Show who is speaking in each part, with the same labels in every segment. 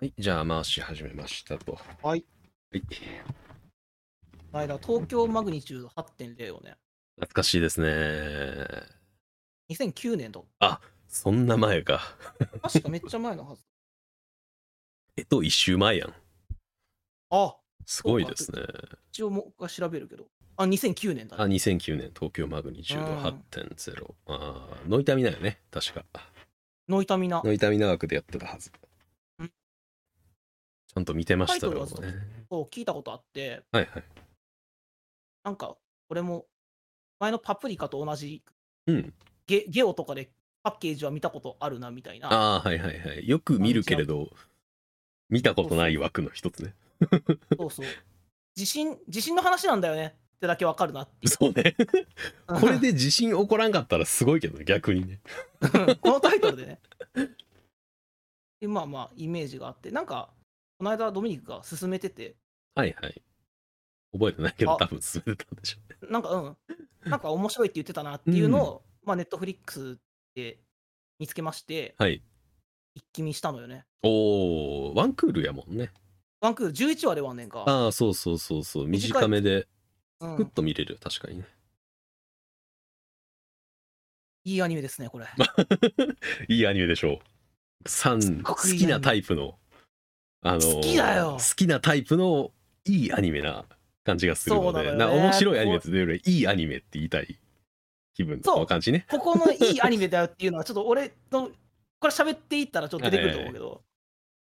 Speaker 1: はい、じゃあ回し始めましたと。
Speaker 2: はい。
Speaker 1: はい、
Speaker 3: 前だ、東京マグニチュード8.0をね、
Speaker 1: 懐かしいですね。
Speaker 3: 2009年と、
Speaker 1: そんな前か。
Speaker 3: 確かめっちゃ前の はず。
Speaker 1: えっと、一周前やん。
Speaker 3: あ
Speaker 1: すごいですね。
Speaker 3: 一応もう一回調べるけど。あ、2009年だ
Speaker 1: あ、
Speaker 3: ね。
Speaker 1: 2009年、東京マグニチュード8.0。ああ、ノイタミナよね、確か。
Speaker 3: ノイタミナ。
Speaker 1: ノイタミナ枠でやってたはず。
Speaker 3: うん
Speaker 1: ちゃんと見てました
Speaker 3: タイトル
Speaker 1: よ
Speaker 3: はそ、う
Speaker 1: ね。
Speaker 3: を聞いたことあって、
Speaker 1: はいはい。
Speaker 3: なんか、これも、前のパプリカと同じ
Speaker 1: うん。
Speaker 3: ゲゲオとかでパッケージは見たことあるなみたいな。
Speaker 1: ああ、はいはいはい。よく見るけれど、見たことない枠の一つね。
Speaker 3: そうそう。地震、地震の話なんだよねってだけわかるなってい
Speaker 1: そうね。
Speaker 3: う。
Speaker 1: これ で地震起こらんかったらすごいけどね、逆にね。
Speaker 3: このタイトルでね。でまあまあ、イメージがあって、なんか、この間ドミニクが進めてて、
Speaker 1: はいはい。覚えてないけど、
Speaker 3: あ
Speaker 1: 多分進めてたんでしょうね。
Speaker 3: なんかうん、なんか面白いって言ってたなっていうのを、まあネットフリックスで見つけまして、
Speaker 1: はい。
Speaker 3: 一気見したのよね。
Speaker 1: おー、ワンクールやもんね。
Speaker 3: ワンクール11話ではねんか。
Speaker 1: ああ、そうそうそうそう。
Speaker 3: 短い
Speaker 1: 短めで、
Speaker 3: う
Speaker 1: ふっ
Speaker 3: ん、
Speaker 1: と見れる、確かにね。
Speaker 3: いいアニメですね、これ。
Speaker 1: いいアニメでしょう。三好
Speaker 3: ごくいい
Speaker 1: きなタイプの、あのー
Speaker 3: 好きだよ
Speaker 1: 好きなタイプのいいアニメな感じがするので、
Speaker 3: そう
Speaker 1: な
Speaker 3: なのよね
Speaker 1: 面白いアニメっていうよりいいアニメって言いたい気分
Speaker 3: そう
Speaker 1: の感じね。
Speaker 3: ここのいいアニメだよっていうのは、ちょっと俺の、これ喋っていったらちょっと出てくると思うけど、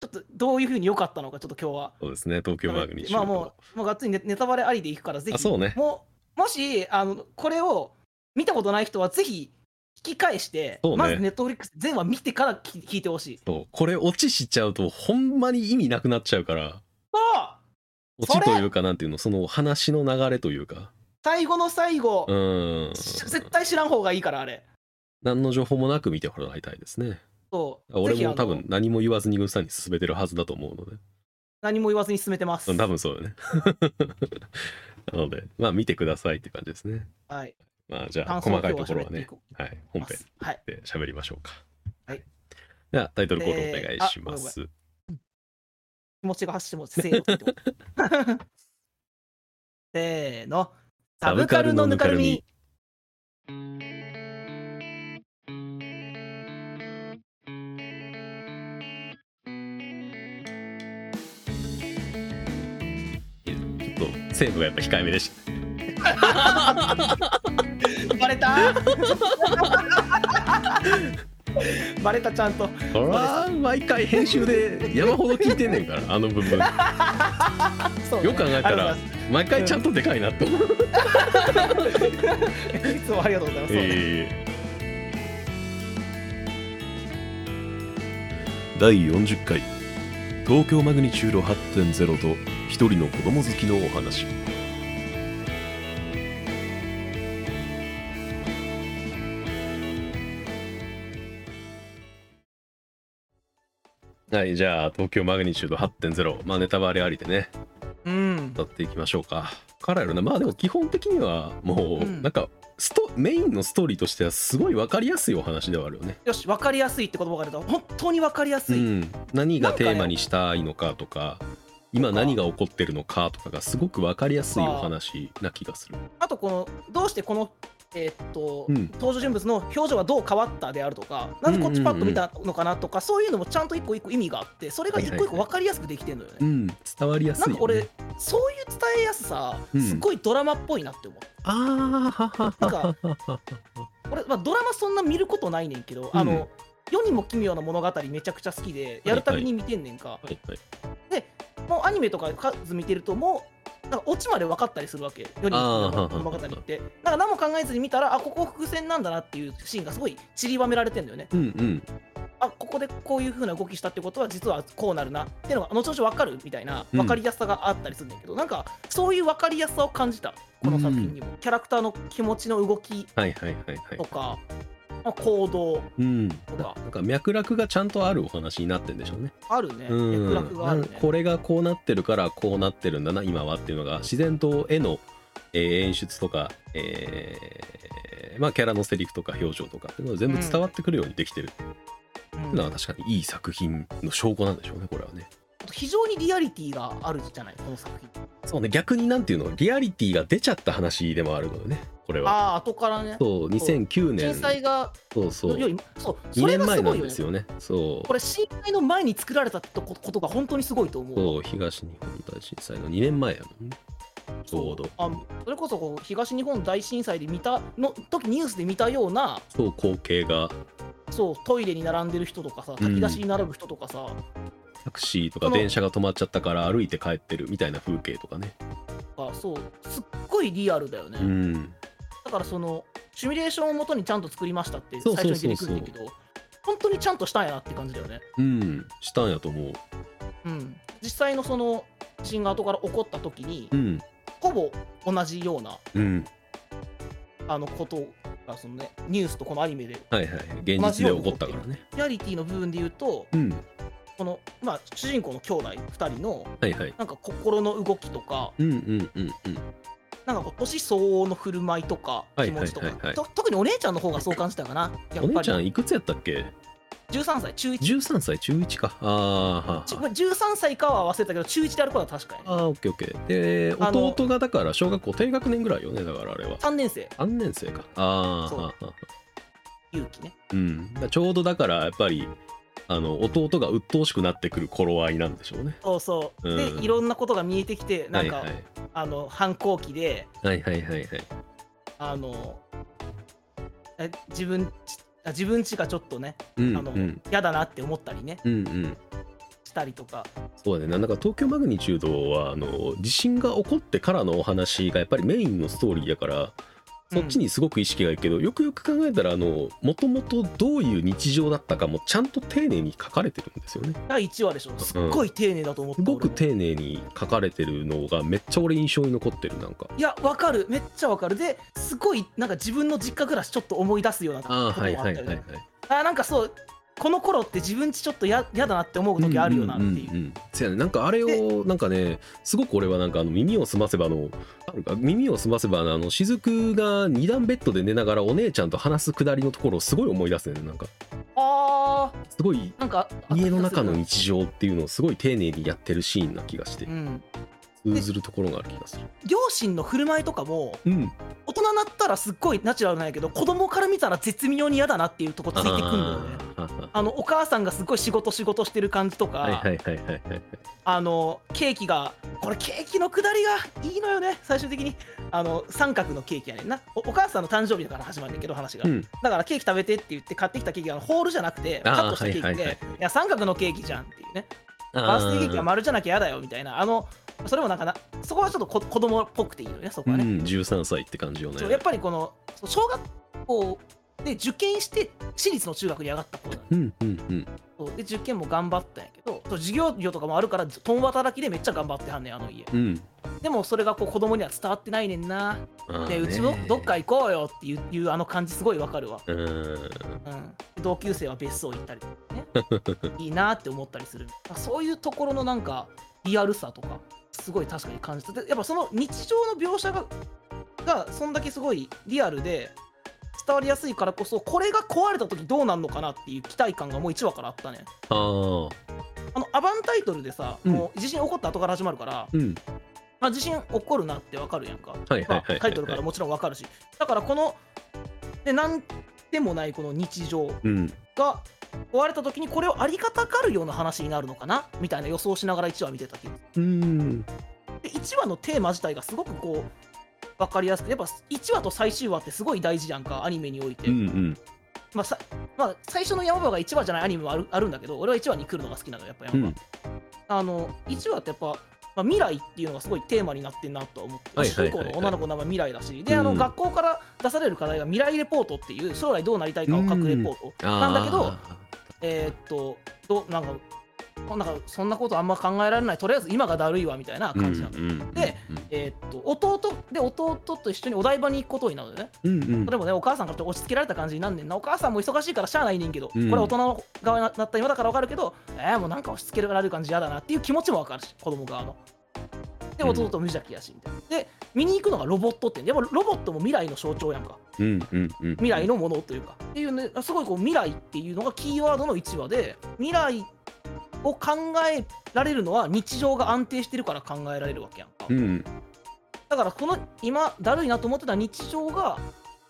Speaker 3: ちょっとどういうふうに良かったのか、ちょっと今日は。
Speaker 1: そうですね、東京マグニチュード。
Speaker 3: まあもう、もうがっつりネネタバレありでいくから、ぜ
Speaker 1: あ
Speaker 3: ひ、
Speaker 1: そうね。
Speaker 3: もうもしあの、これを見たことない人は、ぜひ聞き返して、
Speaker 1: そうね
Speaker 3: まずネットフリックス全話見てから聞聞いてほしい。
Speaker 1: そうこれ、オチしちゃうと、ほんまに意味なくなっちゃうから、
Speaker 3: そう
Speaker 1: オ
Speaker 3: そ
Speaker 1: チ
Speaker 3: れ
Speaker 1: というか、なんていうの、その話の流れというか、
Speaker 3: 最後の最後、
Speaker 1: うーん、
Speaker 3: し絶対知らん方がいいから、あれ。
Speaker 1: 何の情報もなく見てもらいたいですね。
Speaker 3: そう
Speaker 1: 俺
Speaker 3: ぜひあ
Speaker 1: も
Speaker 3: の
Speaker 1: 多分何も言わずにぐっさんに進めてるはずだと思うので。
Speaker 3: 何も言わずに進めてます。
Speaker 1: うん多分そうよね。なので、まあ見てくださいって感じですね。
Speaker 3: はい、
Speaker 1: まあじゃあ、
Speaker 3: 感想
Speaker 1: 細
Speaker 3: を
Speaker 1: か
Speaker 3: 今
Speaker 1: い
Speaker 3: 日
Speaker 1: ところは
Speaker 3: は喋ってい
Speaker 1: ね、
Speaker 3: こ
Speaker 1: はい、
Speaker 3: う
Speaker 1: 本編
Speaker 3: はい、
Speaker 1: で喋りましょうか。
Speaker 3: はい。
Speaker 1: では、タイトルコールお願
Speaker 3: え
Speaker 1: い
Speaker 3: ーあ
Speaker 1: します。
Speaker 3: 気持ちが発してもせーのって言ってもせー の。サブカルのぬかるみ。
Speaker 1: ちょっと、セーブがやっぱ控えめでした。
Speaker 3: バレた バレたちゃんと。
Speaker 1: そら毎回編集で山ほど聞いてんねんからあの部 分よ
Speaker 3: そう
Speaker 1: く考えたら
Speaker 3: あり
Speaker 1: 毎回ちゃんとでかいなって思う、
Speaker 3: がとうございますいつもありがとうございます。
Speaker 1: えー第40回東京マグニチュード8.0と一人の子供好きのお話はいじゃあ東京マグニチュード8.0まあネタバレありでね
Speaker 3: うん。
Speaker 1: 歌っていきましょうか。からやるな。まあでも基本的にはもう
Speaker 3: うん
Speaker 1: なんかスト、メインのストーリーとしてはすごい分かりやすいお話ではあるよね。
Speaker 3: よし、分かりやすいって言葉が出た。本当に分かりや
Speaker 1: う
Speaker 3: すい。
Speaker 1: ん、何がテーマにしたいのかとか今何が起こってるのかとかがすごく分かりやすいお話な気がする。
Speaker 3: あとこのどうしてこのえーっと、
Speaker 1: うん
Speaker 3: 登場人物の表情はどう変わったであるとか、なんでこっちパッと見たのかなとか、そういうのもちゃんと一個一個意味があって、それが一個一個分かりやすくできてるのよね。
Speaker 1: うん、伝わりやすい、
Speaker 3: な
Speaker 1: ね。
Speaker 3: んか俺、そういう伝えやすさ、
Speaker 1: うん
Speaker 3: すごいドラマっぽいなって思う。
Speaker 1: あー
Speaker 3: なんか、俺、まあ、ドラマそんな見ることないねんけど、あの、世にも奇妙な物語めちゃくちゃ好きで、やるたびに見てんねんか。
Speaker 1: はいはい、
Speaker 3: もうアニメとか数見てるともうなんかオチまで分かったりするわけよ世に
Speaker 1: あー
Speaker 3: も物語ってなんか何も考えずに見たらあここ伏線なんだなっていうシーンがすごい散りばめられてんだよね
Speaker 1: うんうん
Speaker 3: あここでこういう風な動きしたってことは実はこうなるなっていうのが後々分かるみたいな
Speaker 1: うん
Speaker 3: 分かりやすさがあったりするんだけど、なんかそういう分かりやすさを感じたこの作品にも、キャラクターの気持ちの動き
Speaker 1: はいはいはいはい
Speaker 3: と。か、まあ行動
Speaker 1: うん、な
Speaker 3: とか
Speaker 1: なんか脈絡がちゃんとあるお話になってんでしょうね。
Speaker 3: あるね
Speaker 1: うん
Speaker 3: 脈絡があるね
Speaker 1: なんこれがこうなってるからこうなってるんだな今はっていうのが自然と絵の、えー演出とか、えーまあ、キャラのセリフとか表情とかっていうのが全部伝わってくるようにできてるっていううんのは確かにいい作品の証拠なんでしょうねこれはね。
Speaker 3: 非常にリアリティがあるじゃないこの作品
Speaker 1: そうね逆になんていうのリアリティが出ちゃった話でもあるのよねこれは
Speaker 3: ああ後からね
Speaker 1: そう2009
Speaker 3: 震
Speaker 1: 年
Speaker 3: 災が
Speaker 1: そうそう
Speaker 3: よりそう
Speaker 1: 2
Speaker 3: それ
Speaker 1: 年
Speaker 3: が
Speaker 1: 前
Speaker 3: す
Speaker 1: な
Speaker 3: ごい
Speaker 1: ん
Speaker 3: よ
Speaker 1: で
Speaker 3: ね
Speaker 1: すよねそう
Speaker 3: これ震災の前に作られたってことことが本当にすごいと思う
Speaker 1: そう東日本大震災の2年前やもんねちょうど
Speaker 3: あそれこそこう東日本大震災で見たの時ニュースで見たような
Speaker 1: そう光景が
Speaker 3: そうトイレに並んでる人とかさ
Speaker 1: うん
Speaker 3: 炊き出しに並ぶ人とかさ、
Speaker 1: タクシーとか
Speaker 3: その
Speaker 1: 電車が止まっちゃったから歩いて帰ってるみたいな風景とかね
Speaker 3: がそうすっごいリアルだよね、
Speaker 1: うん
Speaker 3: だからそのシミュレーションをもとにちゃんと作りましたって
Speaker 1: そ
Speaker 3: 最
Speaker 1: うそう
Speaker 3: 初
Speaker 1: そうそう
Speaker 3: に出てくるんだけど本当にちゃんとしたんやなって感じだよね
Speaker 1: うんしたんやと思う
Speaker 3: うん実際のその地震が後から起こった時に、
Speaker 1: うん
Speaker 3: ほぼ同じような
Speaker 1: うん
Speaker 3: あのことがその、ね、ニュースとこのアニメで
Speaker 1: はいはい現実で起こったからね
Speaker 3: リアリティの部分で言うと
Speaker 1: うん
Speaker 3: この、まあ、主人公の兄弟2人の
Speaker 1: はいはい
Speaker 3: なんか心の動きとか
Speaker 1: うんうんうんうん
Speaker 3: なんかこう年相応の振る舞いとか
Speaker 1: はい
Speaker 3: 気持ちとか、
Speaker 1: はいはいはい
Speaker 3: と特にお姉ちゃんの方がそう感じたかなやっ
Speaker 1: お
Speaker 3: ぱ
Speaker 1: 姉ちゃ
Speaker 3: り
Speaker 1: んいくつやったっけ
Speaker 3: 13歳中1
Speaker 1: 13歳中1かあ
Speaker 3: ち
Speaker 1: ーは
Speaker 3: まあ13歳かは忘れたけど中1であることは確か
Speaker 1: あはああーオッケーオッケーで
Speaker 3: あの
Speaker 1: 弟がだから小学校低学年ぐらいよねだからあれは
Speaker 3: 3年生
Speaker 1: 3年生かああ
Speaker 3: そう
Speaker 1: はあはあ
Speaker 3: 勇気ね
Speaker 1: うんだちょうどだからやっぱりあの弟が鬱陶しくなってくる頃合いなんでしょうね
Speaker 3: そうそう、
Speaker 1: うん
Speaker 3: でいろんなことが見えてきてなんか、
Speaker 1: はいはい
Speaker 3: あの反抗期で
Speaker 1: はいはいはいはい
Speaker 3: あのえ自分ちあ自分ちがちょっとね
Speaker 1: うん
Speaker 3: あの
Speaker 1: うん
Speaker 3: 嫌だなって思ったりね
Speaker 1: うんうん
Speaker 3: したりとか
Speaker 1: そうだねなんか東京マグニチュードはあの地震が起こってからのお話がやっぱりメインのストーリーだからそっちにすごく意識がいくけど、よくよく考えたらあのもともとどういう日常だったかもちゃんと丁寧に書かれてるんですよね
Speaker 3: 第1話でしょすっごい丁寧だと思った、
Speaker 1: すごく
Speaker 3: 俺も
Speaker 1: 丁寧に書かれてるのがめっちゃ俺印象に残ってるなんか
Speaker 3: いやわかるめっちゃわかるですごいなんか自分の実家暮らしちょっと思い出すようなこと
Speaker 1: あ
Speaker 3: もあ
Speaker 1: あ
Speaker 3: った
Speaker 1: はい
Speaker 3: よ
Speaker 1: はい
Speaker 3: ね、
Speaker 1: はいはい
Speaker 3: あなんかそうこの頃って自分ちちょっとや嫌だなって思う時あるよなっていう,、
Speaker 1: んんんんせやねなんかあれをなんかねすごく俺はなんかあの耳をすませばのあるか耳をすませばのあの雫が二段ベッドで寝ながらお姉ちゃんと話すくだりのところをすごい思い出すねなんか
Speaker 3: あ
Speaker 1: すごい
Speaker 3: ーなんか
Speaker 1: 家の中の
Speaker 3: うん
Speaker 1: 日常っていうのをすごい丁寧にやってるシーンな気がして通ずるところがある気がする
Speaker 3: 両親の振る舞いとかも
Speaker 1: うん
Speaker 3: 大人になったらすっごいナチュラルなんやけど子供から見たら絶妙に嫌だなっていうとこついてくんのよね
Speaker 1: あー
Speaker 3: あのお母さんがすごい仕事仕事してる感じとか、
Speaker 1: はいはいはいはいはい
Speaker 3: あのケーキがこれケーキの下りがいいのよね最終的にあの三角のケーキやねんなおお母さんの誕生日だから始まるんだけど話が、
Speaker 1: うん
Speaker 3: だからケーキ食べてって言って買ってきたケーキがホールじゃなくて
Speaker 1: あー
Speaker 3: カットしたケーキで、
Speaker 1: はい
Speaker 3: い
Speaker 1: はいはい
Speaker 3: や三角のケーキじゃんっていうねバ
Speaker 1: バ
Speaker 3: ースデーケーキは丸じゃなきゃやだよみたいなあのそれもなんかなそこはちょっとこ子供っぽくていいよねそこは
Speaker 1: う
Speaker 3: ね、
Speaker 1: ん、13歳って感じよね
Speaker 3: そうやっぱりこのそう小学校で受験して私立の中学に上がった子なんだ
Speaker 1: うんうんうん
Speaker 3: そうで受験も頑張ったんやけどそう授業料とかもあるから共働きでめっちゃ頑張ってはんねんあの家
Speaker 1: うん
Speaker 3: でもそれがこう子供には伝わってないねんな
Speaker 1: あー
Speaker 3: で
Speaker 1: ね
Speaker 3: うちもどっか行こうよっていういうあの感じすごいわかるわ、
Speaker 1: うん
Speaker 3: うん、同級生は別荘行ったりとかね いいなって思ったりするそういうところのなんかリアルさとかすごい確かに感じたでやっぱその日常の描写ががそんだけすごいリアルで伝わりやすいからこそこれが壊れた時どうなんのかなっていう期待感がもう1話からあったね
Speaker 1: ああ
Speaker 3: あのアバンタイトルでさ、
Speaker 1: うん
Speaker 3: もう地震起こった後から始まるから、
Speaker 1: うん
Speaker 3: まあ、地震起こるなってわかるやんか、
Speaker 1: はいはいはいはい
Speaker 3: まあタイトルからもちろんわかるしだからこのでなんでもないこの日常
Speaker 1: うん
Speaker 3: が壊れた時にこれをありがたがるような話になるのかなみたいな予想しながら1話見てたけど
Speaker 1: うん
Speaker 3: で1話のテーマ自体がすごくこうわかりやすくてやっぱ1話と最終話ってすごい大事やんかアニメにおいて、
Speaker 1: うんうん
Speaker 3: まあさまあ、最初の山場が1話じゃないアニメもあるあるんだけど俺は1話に来るのが好きなのよやっぱ
Speaker 1: う
Speaker 3: 山場、
Speaker 1: ん
Speaker 3: あの1話ってやっぱ、まあ、未来っていうのがすごいテーマになってんなとは思って、
Speaker 1: はいはいはいはい
Speaker 3: 主人公の女の子の名前未来だしであの、
Speaker 1: うん
Speaker 3: 学校から出される課題が未来レポートっていう将来どうなりたいかを書くレポート、なんだけど
Speaker 1: あ
Speaker 3: えーっとどなんかなんかそんなことあんま考えられないとりあえず今がだるいわみたいな
Speaker 1: ー
Speaker 3: 感じなんだ、
Speaker 1: うんうんうん
Speaker 3: でえーっと弟で弟と一緒にお台場に行くことになるのよね
Speaker 1: うんうん
Speaker 3: でもねお母さんからちょっと押し付けられた感じになんねんなお母さんも忙しいからしゃあないねんけど、
Speaker 1: うん
Speaker 3: これ大人の側になった今だからわかるけどえー、もうなんか押し付けられる感じ嫌だなっていう気持ちもわかるし子供側ので
Speaker 1: うん
Speaker 3: 弟と無邪気やしみたいなで見に行くのがロボットってでもロボットも未来の象徴やんか
Speaker 1: うんうんうん
Speaker 3: 未来のものというかっていうねすごいこう未来っていうのがキーワードの1話で未来を考えられるのは日常が安定してるから考えられるわけやんか、
Speaker 1: うん
Speaker 3: だからこの今だるいなと思ってた日常が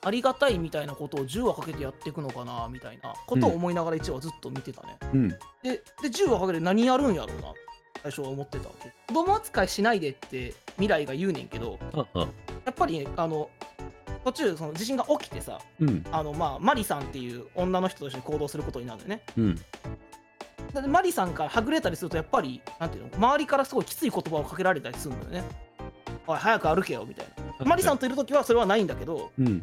Speaker 3: ありがたいみたいなことを10話かけてやっていくのかなみたいなことを思いながら1話ずっと見てたね、
Speaker 1: うん
Speaker 3: でで10話かけて何やるんやろうな最初は思ってたわけ子供扱いしないでって未来が言うねんけど
Speaker 1: ああ
Speaker 3: やっぱりねあの途中その地震が起きてさ
Speaker 1: うん
Speaker 3: あのまあマリさんっていう女の人と一緒に行動することになるんだよね
Speaker 1: うん
Speaker 3: だってマリさんからはぐれたりするとやっぱりなんていうの周りからすごいきつい言葉をかけられたりするんだよねおい早く歩けよみたいなマリさんといる時はそれはないんだけど
Speaker 1: うん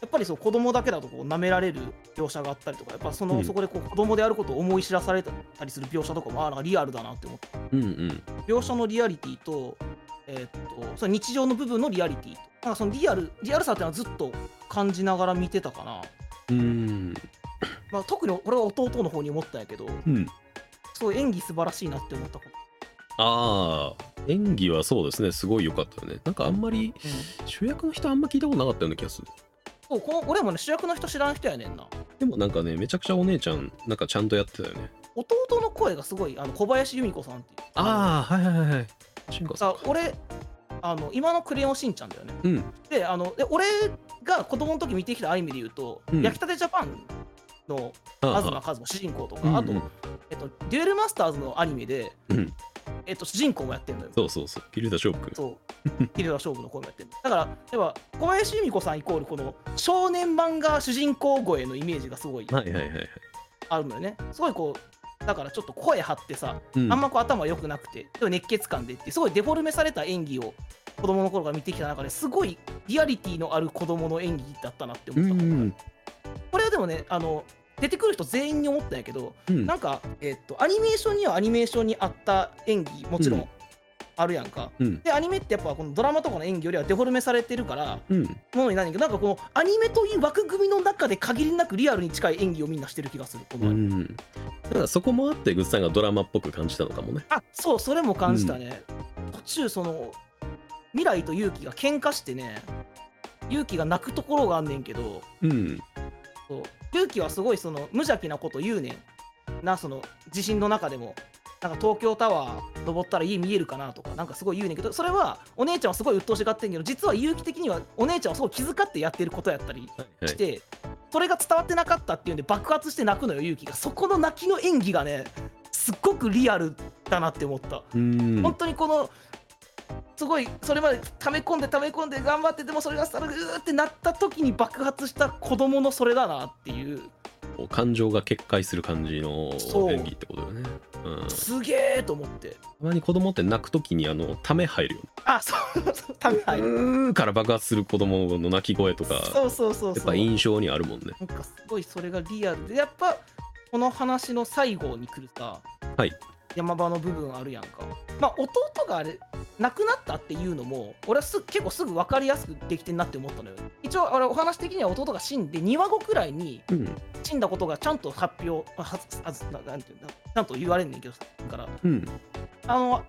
Speaker 3: やっぱりそう子供だけだとこう舐められる描写があったりとかやっぱその、
Speaker 1: うん
Speaker 3: そこでこう子供であることを思い知らされたりする描写とかもあなんかリアルだなって思って
Speaker 1: うんうん
Speaker 3: 描写のリアリティと,、えーっとその日常の部分のリアリティとなんかそのリアルリアルさっていうのはずっと感じながら見てたかな、
Speaker 1: うん
Speaker 3: まあ、特に俺は弟の方に思ったんやけど
Speaker 1: うん
Speaker 3: そう演技素晴らしいなって思ったこと
Speaker 1: ああ演技はそうですねすごい良かったよねなんかあんまり主役の人あんま聞いたことなかったような気がする
Speaker 3: そうこの俺もね主役の人知らん人やねんな
Speaker 1: でもなんかねめちゃくちゃお姉ちゃんなんかちゃんとやってたよね
Speaker 3: 弟の声がすごいあの小林由美子さんっていう
Speaker 1: ああはいはいはいはい進化
Speaker 3: あのさ俺あの今の「クレヨンしんちゃん」だよね
Speaker 1: うん
Speaker 3: であので俺が子供の時見てきたアニメで言うと「
Speaker 1: うん
Speaker 3: 焼きたてジャパン」の
Speaker 1: あ
Speaker 3: 東
Speaker 1: あ
Speaker 3: 和馬主人公と
Speaker 1: うんうん
Speaker 3: かあと、えっと、デュエルマスターズのアニメで、
Speaker 1: うん
Speaker 3: えっと、主人公もやってんのよ
Speaker 1: そうそうそうキルダショップ
Speaker 3: そう。ヒルダ勝負の声もやってる。だから、やっぱ小林由美子さんイコールこの少年漫画主人公声のイメージがすごい
Speaker 1: はいはいはいはい、
Speaker 3: あるのよね。すごいこう、だからちょっと声張ってさ、
Speaker 1: うん、
Speaker 3: あんまこう頭良くなくて、でも熱血感でっていう、すごいデフォルメされた演技を子供の頃から見てきた中ですごいリアリティのある子供の演技だったなって
Speaker 1: う
Speaker 3: 思っ
Speaker 1: ん
Speaker 3: た。
Speaker 1: うん
Speaker 3: これはでもね、あの、出てくる人全員に思ったんやけど、
Speaker 1: うん
Speaker 3: なんか、えっと、アニメーションにはアニメーションに合った演技、もちろ
Speaker 1: うん
Speaker 3: んあるやんか。
Speaker 1: うん
Speaker 3: でアニメってやっぱこのドラマとかの演技よりはデフォルメされてるから
Speaker 1: うん
Speaker 3: ものになるんやけどなんかこのアニメという枠組みの中で限りなくリアルに近い演技をみんなしてる気がするこの
Speaker 1: う
Speaker 3: アニメ、
Speaker 1: んだからそこもあってグッズさんがドラマっぽく感じたのかもね
Speaker 3: あそうそれも感じたね、途中その未来と勇気が喧嘩してね勇気が泣くところがあんねんけど
Speaker 1: うん
Speaker 3: そう勇気はすごいその無邪気なこと言うねんなその地震の中でもなんか東京タワー登ったら家見えるかなとかなんかすごい言うねんけどそれはお姉ちゃんはすごい鬱陶しがってんけど実は勇気的にはお姉ちゃんはすごい気遣ってやってることやったり
Speaker 1: はいは
Speaker 3: し
Speaker 1: い
Speaker 3: て、それが伝わってなかったっていうんで爆発して泣くのよ勇気がそこの泣きの演技がねすっごくリアルだなって思った
Speaker 1: うん
Speaker 3: 本当にこのすごいそれまで溜め込んで溜め込んで頑張ってでもそれがさうーってなった時に爆発した子供のそれだなっていう
Speaker 1: こう感情が決壊する感じの
Speaker 3: そう
Speaker 1: 演技ってことだよねうんた
Speaker 3: すげえと思って
Speaker 1: まに子供って泣くときにあのため入るよね
Speaker 3: あそうそうため入る
Speaker 1: うーから爆発する子供の泣き声とか
Speaker 3: そうそうそう
Speaker 1: やっ
Speaker 3: そ
Speaker 1: ぱ
Speaker 3: う
Speaker 1: 印象にあるもんね
Speaker 3: なんかすごいそれがリアルでやっぱこの話の最後に来るさ、
Speaker 1: はい
Speaker 3: 山場の部分あるやんかまあ弟があれ亡くなったっていうのも俺はす結構すぐ分かりやすくできてんなって思ったのよ一応俺お話的には弟が死んで2話後くらいに
Speaker 1: うん
Speaker 3: 死んだことがちゃんと発表あははずななんていうんだちゃんと言われんねんけどさだから
Speaker 1: うん
Speaker 3: あの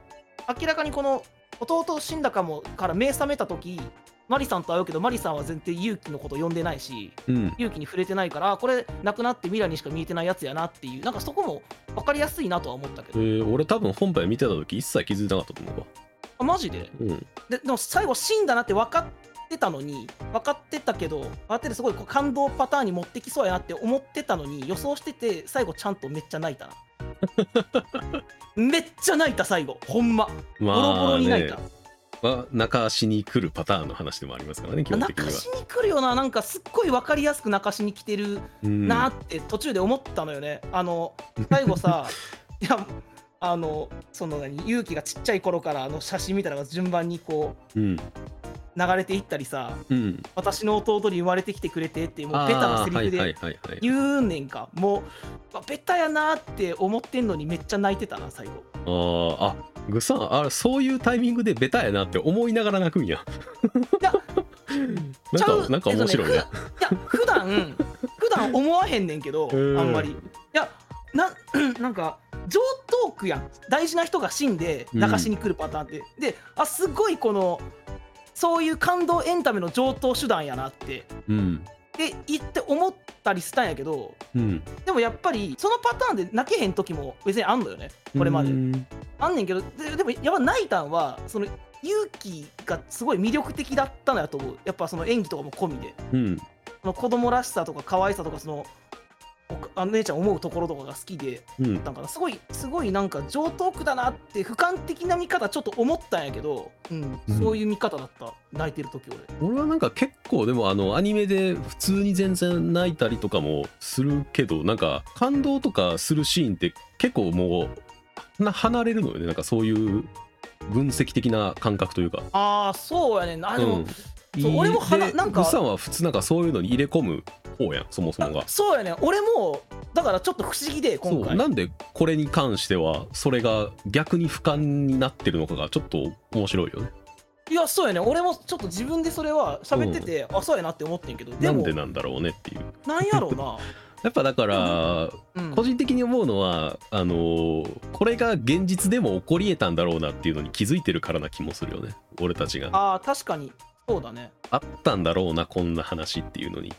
Speaker 3: 明らかにこの弟死んだかもから目覚めた時マリさんと会うけどマリさんは全然勇気のこと呼んでないし
Speaker 1: うん
Speaker 3: 勇気に触れてないからあこれなくなって未来にしか見えてないやつやなっていうなんかそこも分かりやすいなとは思ったけ
Speaker 1: え
Speaker 3: ど、
Speaker 1: ー俺多分本編見てた時一切気づいてなかったと思うわ
Speaker 3: あマジで
Speaker 1: うん
Speaker 3: ででも最後死んだなって分かってたのに分かってたけど分かっててすごいこう感動パターンに持ってきそうやなって思ってたのに予想してて最後ちゃんとめっちゃ泣 いたなめっちゃ泣いた最後ほんまボロボ
Speaker 1: ま
Speaker 3: ロ
Speaker 1: あ
Speaker 3: に泣い
Speaker 1: ね
Speaker 3: た、
Speaker 1: は泣かしに来るパターンの話でもありますからね基本
Speaker 3: 泣
Speaker 1: 的に
Speaker 3: か
Speaker 1: は
Speaker 3: しに来るよななんかすっごい分かりやすく泣かしに来てる
Speaker 1: うん
Speaker 3: なって途中で思ったのよね。あの最後 さいやあのその何勇気がちっちゃい頃からあの写真みたいなのが順番にこう
Speaker 1: うん
Speaker 3: 流れていったりさ
Speaker 1: うん
Speaker 3: 「私の弟に生まれてきてくれて」ってもうベタ
Speaker 1: あ
Speaker 3: な
Speaker 1: あ
Speaker 3: セ
Speaker 1: ー
Speaker 3: リ
Speaker 1: はい
Speaker 3: フ
Speaker 1: はい
Speaker 3: で
Speaker 1: はいはい
Speaker 3: 言うねんかもうあベタやなって思ってんのにめっちゃ泣いてたな最後
Speaker 1: あーあぐっさんあれそういうタイミングでベタやなって思いながら泣くんや
Speaker 3: や
Speaker 1: なん
Speaker 3: ちゃう
Speaker 1: かなんか面白いね
Speaker 3: えっとねふいや普段普段思わへんねんけど あ
Speaker 1: うん
Speaker 3: んまりいやな なんか上等句やん大事な人が死んで
Speaker 1: うん
Speaker 3: 泣かしに来るパターンって、であすごいこのそういう感動エンタメの上等手段やなって
Speaker 1: うん
Speaker 3: って言って思ったりしたんやけど
Speaker 1: うん、
Speaker 3: でもやっぱりそのパターンで泣けへん時も別にあんのよねこれまで
Speaker 1: うん
Speaker 3: あんねんけどででもやっぱ泣いたんはその勇気がすごい魅力的だったのやと思うやっぱその演技とかも込みで
Speaker 1: うん
Speaker 3: その子供らしさとか可愛さとかそのおかあの姉ちゃん思うところとかが好きで
Speaker 1: うん
Speaker 3: なんかなすごいすごいなんか上等句だなって俯瞰的な見方ちょっと思ったんやけど、うん
Speaker 1: うん
Speaker 3: そういう見方だった泣いてる時俺
Speaker 1: 俺はなんか結構でもあのアニメで普通に全然泣いたりとかもするけどなんか感動とかするシーンって結構もうな離れるのよねなんかそういう分析的な感覚というか。
Speaker 3: ああそうやねんなあでも、
Speaker 1: うん
Speaker 3: そう俺も花
Speaker 1: で
Speaker 3: なんか
Speaker 1: グッさんは普通なんかそういうのに入れ込む方やんそもそも
Speaker 3: あ
Speaker 1: が。
Speaker 3: そうやねん俺もだからちょっと不思議で
Speaker 1: そ
Speaker 3: 今
Speaker 1: う
Speaker 3: 回
Speaker 1: なんでこれに関してはそれが逆に俯瞰になってるのかがちょっと面白いよね。
Speaker 3: いやそうやねん俺もちょっと自分でそれは喋ってて、あそうやなって思ってんけどで
Speaker 1: な
Speaker 3: も
Speaker 1: んでなんだろうねっていう。
Speaker 3: なんやろう な、
Speaker 1: やっぱだから
Speaker 3: うん、
Speaker 1: 個人的に思うのはあのーこれが現実でも起こり得たんだろうなっていうのに気づいてるからな気もするよね俺たちが
Speaker 3: ああ確かにそうだね
Speaker 1: あったんだろうなこんな話っていうのに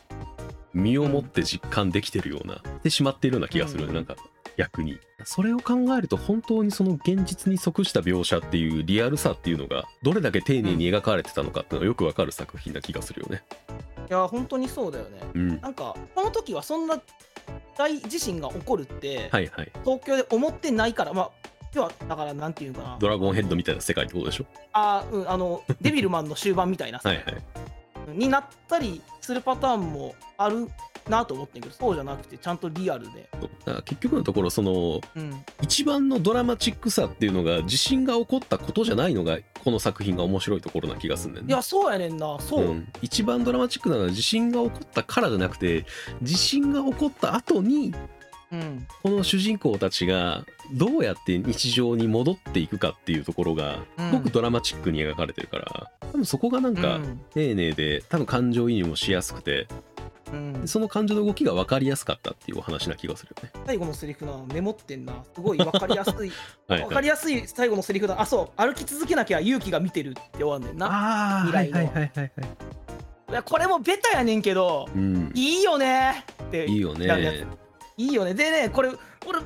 Speaker 1: 身をもって実感できてるようなしてしまっているような気がするよね
Speaker 3: うん
Speaker 1: なんか逆にそれを考えると本当にその現実に即した描写っていうリアルさっていうのがどれだけ丁寧に描かれてたのかっていうのがよくわかる作品な気がするよね
Speaker 3: いや本当にそうだよね
Speaker 1: うん
Speaker 3: なんかこの時はそんな大地震が起こるって、
Speaker 1: はいはい
Speaker 3: 東京で思ってないからまあ要はだからなんていうのかな
Speaker 1: ドラゴンヘッドみたいな世界ってことでしょ
Speaker 3: あーうんあのデビルマンの終盤みたいなさ、
Speaker 1: はいはい
Speaker 3: になったりするパターンもあるなと思ってんけどそうじゃなくてちゃんとリアルで、
Speaker 1: そうだから結局のところその
Speaker 3: うん、
Speaker 1: 一番のドラマチックさっていうのが地震が起こったことじゃないのがこの作品が面白いところな気がするんだよ
Speaker 3: い
Speaker 1: ね。
Speaker 3: やそうやねんなそう、
Speaker 1: うん、一番ドラマチックなのは地震が起こったからじゃなくて地震が起こった後に
Speaker 3: うん
Speaker 1: この主人公たちがどうやって日常に戻っていくかっていうところが
Speaker 3: うん
Speaker 1: すごくドラマチックに描かれてるから多分そこがなん
Speaker 3: う
Speaker 1: か
Speaker 3: ん
Speaker 1: 丁寧で多分感情移入もしやすくて
Speaker 3: うん
Speaker 1: その感情の動きが分かりやすかったっていうお話な気がするよね。
Speaker 3: 最後のセリフなメモってんなすごい分かりやすい
Speaker 1: はい
Speaker 3: 分か
Speaker 1: はい、
Speaker 3: りやすい最後のセリフだあそう歩き続けなきゃ勇気が見てるって終わんねんな
Speaker 1: あー
Speaker 3: 未来の
Speaker 1: はいはい。
Speaker 3: いやこれもベタやねんけど
Speaker 1: うん、
Speaker 3: いいよねって
Speaker 1: いいよ
Speaker 3: やるやつ
Speaker 1: ね。
Speaker 3: いいよね。でね、これ、俺、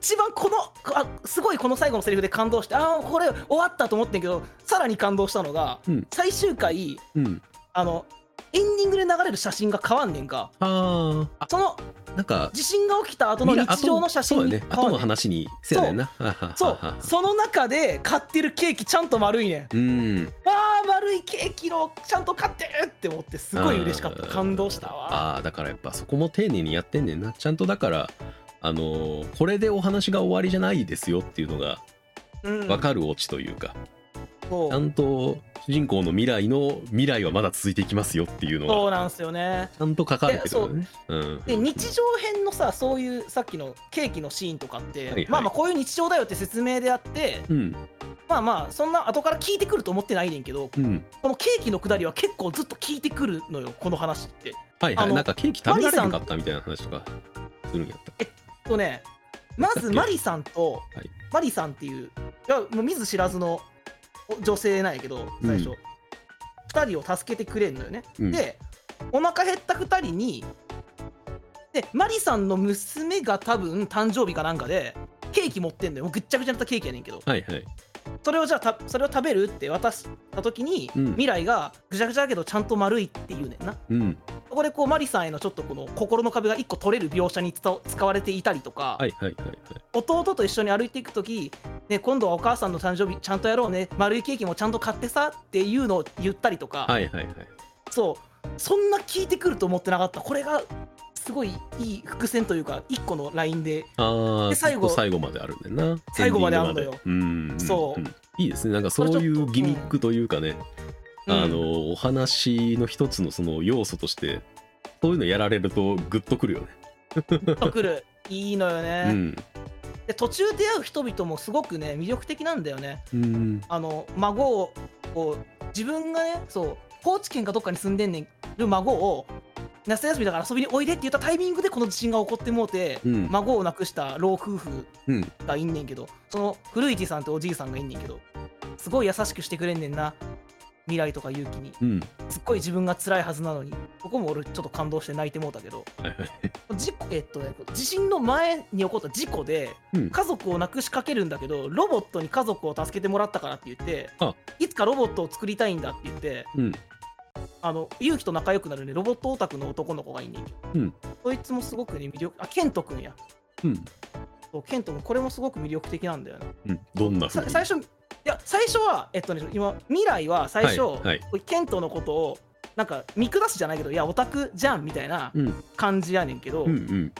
Speaker 3: 一番この、あすごいこの最後のセリフで感動して、ああ、これ終わったと思ってんけど、さらに感動したのが、
Speaker 1: うん
Speaker 3: 最終回、
Speaker 1: うん、
Speaker 3: あの、エンディングで流れる写真が変わんねんか。
Speaker 1: あーあ
Speaker 3: その
Speaker 1: なんか
Speaker 3: 地震が起きた後の日常の写真
Speaker 1: そう
Speaker 3: に
Speaker 1: だね
Speaker 3: 変
Speaker 1: 後
Speaker 3: わ
Speaker 1: の
Speaker 3: んねん
Speaker 1: 話にせやねんなははは
Speaker 3: そ
Speaker 1: は
Speaker 3: う、その中で買ってるケーキちゃんと丸いねん。
Speaker 1: うん
Speaker 3: ああ、丸いケーキのちゃんと買ってるって思って、すごい嬉しかった。
Speaker 1: うん
Speaker 3: 感動したわ。
Speaker 1: あーだからやっぱそこも丁寧にやってんねんなちゃんとだからあのーこれでお話が終わりじゃないですよっていうのが
Speaker 3: うん、
Speaker 1: 分かるオチというか、
Speaker 3: そ
Speaker 1: ちゃ
Speaker 3: うん
Speaker 1: と主人公の未来の未来はまだ続いていきますよっていうのが
Speaker 3: そうなんですよね。
Speaker 1: ちゃんと書かれてるよね。うん
Speaker 3: で日常編のさそういうさっきのケーキのシーンとかって、
Speaker 1: いはい
Speaker 3: まあまあこういう日常だよって説明であって
Speaker 1: うん
Speaker 3: まあまあそんな後から聞いてくると思ってないねんけど
Speaker 1: うん
Speaker 3: このケーキのくだりは結構ずっと聞いてくるのよこの話って。
Speaker 1: はいは
Speaker 3: あ
Speaker 1: い
Speaker 3: の
Speaker 1: なんかケーキ食べられなかったみたいな話とかするんやった
Speaker 3: とねま
Speaker 1: だっ
Speaker 3: ず
Speaker 1: け
Speaker 3: マリさんと、
Speaker 1: はい
Speaker 3: マリさんっていういやもう見ず知らずのお女性なんやけど最初、
Speaker 1: うん
Speaker 3: 2人を助けてくれんのよね。
Speaker 1: うん
Speaker 3: でお腹減った2人にでマリさんの娘が多分誕生日かなんかでケーキ持ってんのよもうぐっちゃぐちゃになったケーキやねんけど
Speaker 1: はいはい
Speaker 3: それをじゃあたそれを食べるって渡した時に、
Speaker 1: うん
Speaker 3: 未来がぐちゃぐちゃだけどちゃんと丸いって言うねんな
Speaker 1: うん
Speaker 3: そこでこうマリさんへのちょっとこの心の壁が1個取れる描写に使使われていたりとか、
Speaker 1: はいはいはいはい
Speaker 3: 弟と一緒に歩いていく時、ね、今度はお母さんの誕生日ちゃんとやろうね丸いケーキもちゃんと買ってさっていうのを言ったりとか、
Speaker 1: はいはいはい
Speaker 3: そうそんな聞いてくると思ってなかったこれがすごいいい伏線というか1個のラインで
Speaker 1: ああ
Speaker 3: で最後
Speaker 1: 最後まであるんだよな
Speaker 3: 最後まであるのよ
Speaker 1: エンディングまでうん
Speaker 3: そう
Speaker 1: いいですねなんかそういうギミックというかね、
Speaker 3: うん
Speaker 1: あのお話の一つのその要素としてそういうのやられるとグッとくるよね
Speaker 3: グッとくるいいのよね、
Speaker 1: うん
Speaker 3: で途中出会う人々もすごくね魅力的なんだよね
Speaker 1: うん
Speaker 3: あの孫をこう自分がねそう高知県かどっかに住んでんねんる孫を夏休みだから遊びにおいでって言ったタイミングでこの地震が起こってもうて、
Speaker 1: うん
Speaker 3: 孫を亡くした老夫婦
Speaker 1: うん
Speaker 3: がいんねんけどその古市さんっておじいさんがいんねんけどすごい優しくしてくれんねんな未来とか勇気に
Speaker 1: うん
Speaker 3: すっごい自分が辛いはずなのにここも俺ちょっと感動して泣いてもうたけど
Speaker 1: はいはい
Speaker 3: 事故えっとね地震の前に起こった事故で
Speaker 1: うん
Speaker 3: 家族を亡くしかけるんだけどロボットに家族を助けてもらったからって言って
Speaker 1: あ
Speaker 3: いつかロボットを作りたいんだって言って
Speaker 1: うん
Speaker 3: あの勇気と仲良くなるねロボットオタクの男の子がいんねんけど
Speaker 1: うん
Speaker 3: そいつもすごくね魅力あケントくんや
Speaker 1: うん
Speaker 3: そうケントもこれもすごく魅力的なんだよね
Speaker 1: うんどんなふう
Speaker 3: さ
Speaker 1: に
Speaker 3: 最初いや最初はえっとね今未来は最初、
Speaker 1: はいはい
Speaker 3: ケントのことをなんか見下すじゃないけどいやオタクじゃんみたいな
Speaker 1: うん
Speaker 3: 感じやねんけど、
Speaker 1: うんうん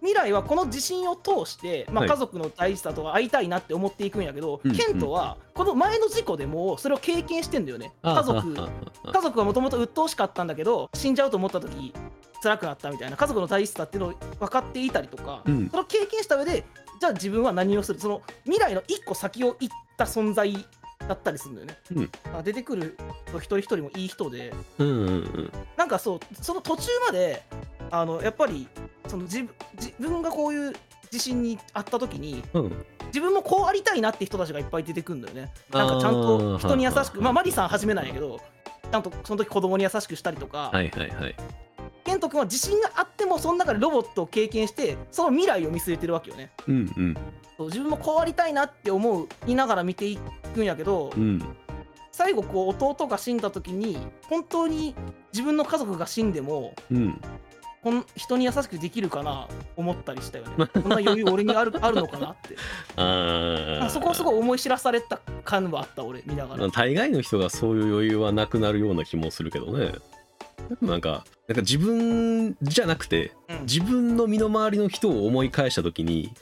Speaker 3: 未来はこの地震を通して、
Speaker 1: は
Speaker 3: まあ、
Speaker 1: い
Speaker 3: 家族の大事さとか会いたいなって思っていくんやけど、
Speaker 1: うんうん
Speaker 3: ケントはこの前の事故でもうそれを経験してんだよね
Speaker 1: あ
Speaker 3: 家族
Speaker 1: あああ
Speaker 3: 家族はもともと鬱陶しかったんだけど死んじゃうと思った時辛くなったみたいな家族の大事さっていうのを分かっていたりとか、
Speaker 1: うん
Speaker 3: その経験した上でじゃあ自分は何をするその未来の一個先を行った存在だったりするんだよね、
Speaker 1: うん
Speaker 3: だから出てくる人一人一人もいい人で
Speaker 1: うんうんうん
Speaker 3: なんかそうその途中まであのやっぱりその自分自分がこういう地震にあった時に
Speaker 1: うん
Speaker 3: 自分もこうありたいなって人たちがいっぱい出てくるんだよねなんかちゃんと人に優しく
Speaker 1: あー
Speaker 3: まあマリさんはじめなんやけどちゃんとその時子供に優しくしたりとか、
Speaker 1: はいはいはい
Speaker 3: ケント君は自信があってもその中でロボットを経験してその未来を見据えてるわけよね
Speaker 1: うんうん
Speaker 3: そう自分もこうありたいなって思ういながら見ていくんやけど
Speaker 1: うん
Speaker 3: 最後こう弟が死んだ時に本当に自分の家族が死んでも
Speaker 1: うん
Speaker 3: こん人に優しくできるかな思ったりしたよ ねこんな余裕俺にある あるのかなって
Speaker 1: あ
Speaker 3: あ
Speaker 1: あ
Speaker 3: そこはすごい思い知らされた感はあった俺見ながら
Speaker 1: 大概の人がそういう余裕はなくなるような気もするけどねでもなんかなんか自分じゃなくて
Speaker 3: うん
Speaker 1: 自分の身の回りの人を思い返した時に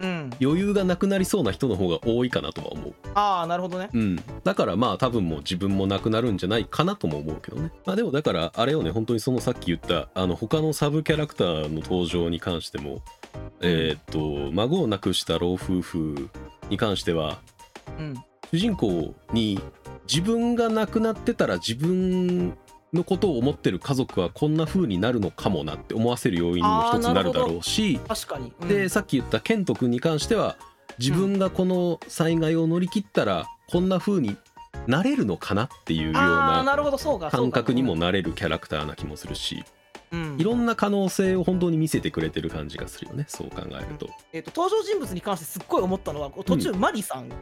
Speaker 3: うん、
Speaker 1: 余裕がなくなりそうな人の方が多いかなとは思う、
Speaker 3: ああなるほどね
Speaker 1: うん、だからまあ多分もう自分もなくなるんじゃないかなとも思うけどね、まあ、でもだからあれよね本当にそのさっき言ったあの他のサブキャラクターの登場に関してもえーっと孫を亡くした老夫婦に関しては
Speaker 3: うん
Speaker 1: 主人公に自分が亡くなってたら自分のことを思ってる家族はこんな風になるのかもなって思わせる要因にも一つなるだろうし
Speaker 3: 確かに、うん
Speaker 1: でさっき言ったケント君に関しては自分がこの災害を乗り切ったらこんな風になれるのかなっていうよう
Speaker 3: ああ
Speaker 1: な
Speaker 3: なるほどそうかそう
Speaker 1: 感
Speaker 3: か
Speaker 1: 覚にもなれるキャラクターな気もするし
Speaker 3: うん
Speaker 1: いろんな可能性を本当に見せてくれてる感じがするよねそう考えると。
Speaker 3: えー、と登場人物に関してすっごい思ったのはこう途中マリさん、
Speaker 1: はい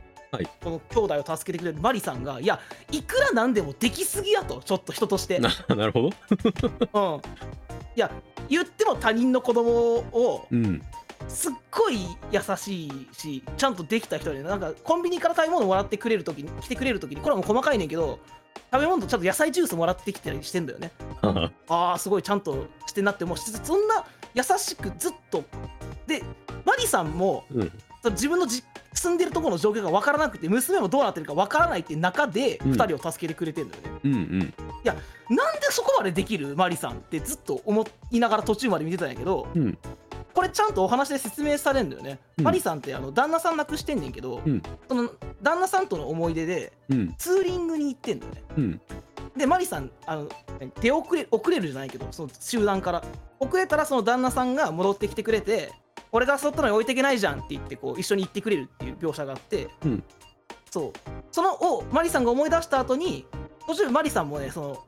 Speaker 3: この兄弟を助けてくれるマリさんがいやいくらなんでもできすぎやとちょっと人として、うん、い
Speaker 1: ななるほど。
Speaker 3: や言っても他人の子供を
Speaker 1: うん、
Speaker 3: すっごい優しいしちゃんとできた人でなんかコンビニから食べ物もらってくれる時に来てくれる時にこれはもう細かいねんけど食べ物とちゃんと野菜ジュースもらってきてたりしてんだよねああすごいちゃんとしてんなってもうしそんな優しくずっとでマリさんも
Speaker 1: うん
Speaker 3: その自分のじ住んでるところの状況が分からなくて娘もどうなってるか分からないっていう中で
Speaker 1: うん
Speaker 3: 2人を助けてくれてるんだよね、
Speaker 1: うんうん
Speaker 3: なんでそこまでできるマリさんってずっと思いながら途中まで見てたんやけど
Speaker 1: うん
Speaker 3: これちゃんとお話で説明されるんだよね、
Speaker 1: うん
Speaker 3: マリさんってあの旦那さん亡くしてんねんけど、
Speaker 1: うん
Speaker 3: その旦那さんとの思い出で
Speaker 1: うん
Speaker 3: ツーリングに行ってんだよね
Speaker 1: うん
Speaker 3: でマリさんあの出遅れ遅れるじゃないけどその集団から遅れたらその旦那さんが戻ってきてくれて俺が遊ったのに置いてけないじゃんって言ってこう一緒に行ってくれるっていう描写があって、
Speaker 1: うん
Speaker 3: そうそのをマリさんが思い出した後に途中マリさんもねその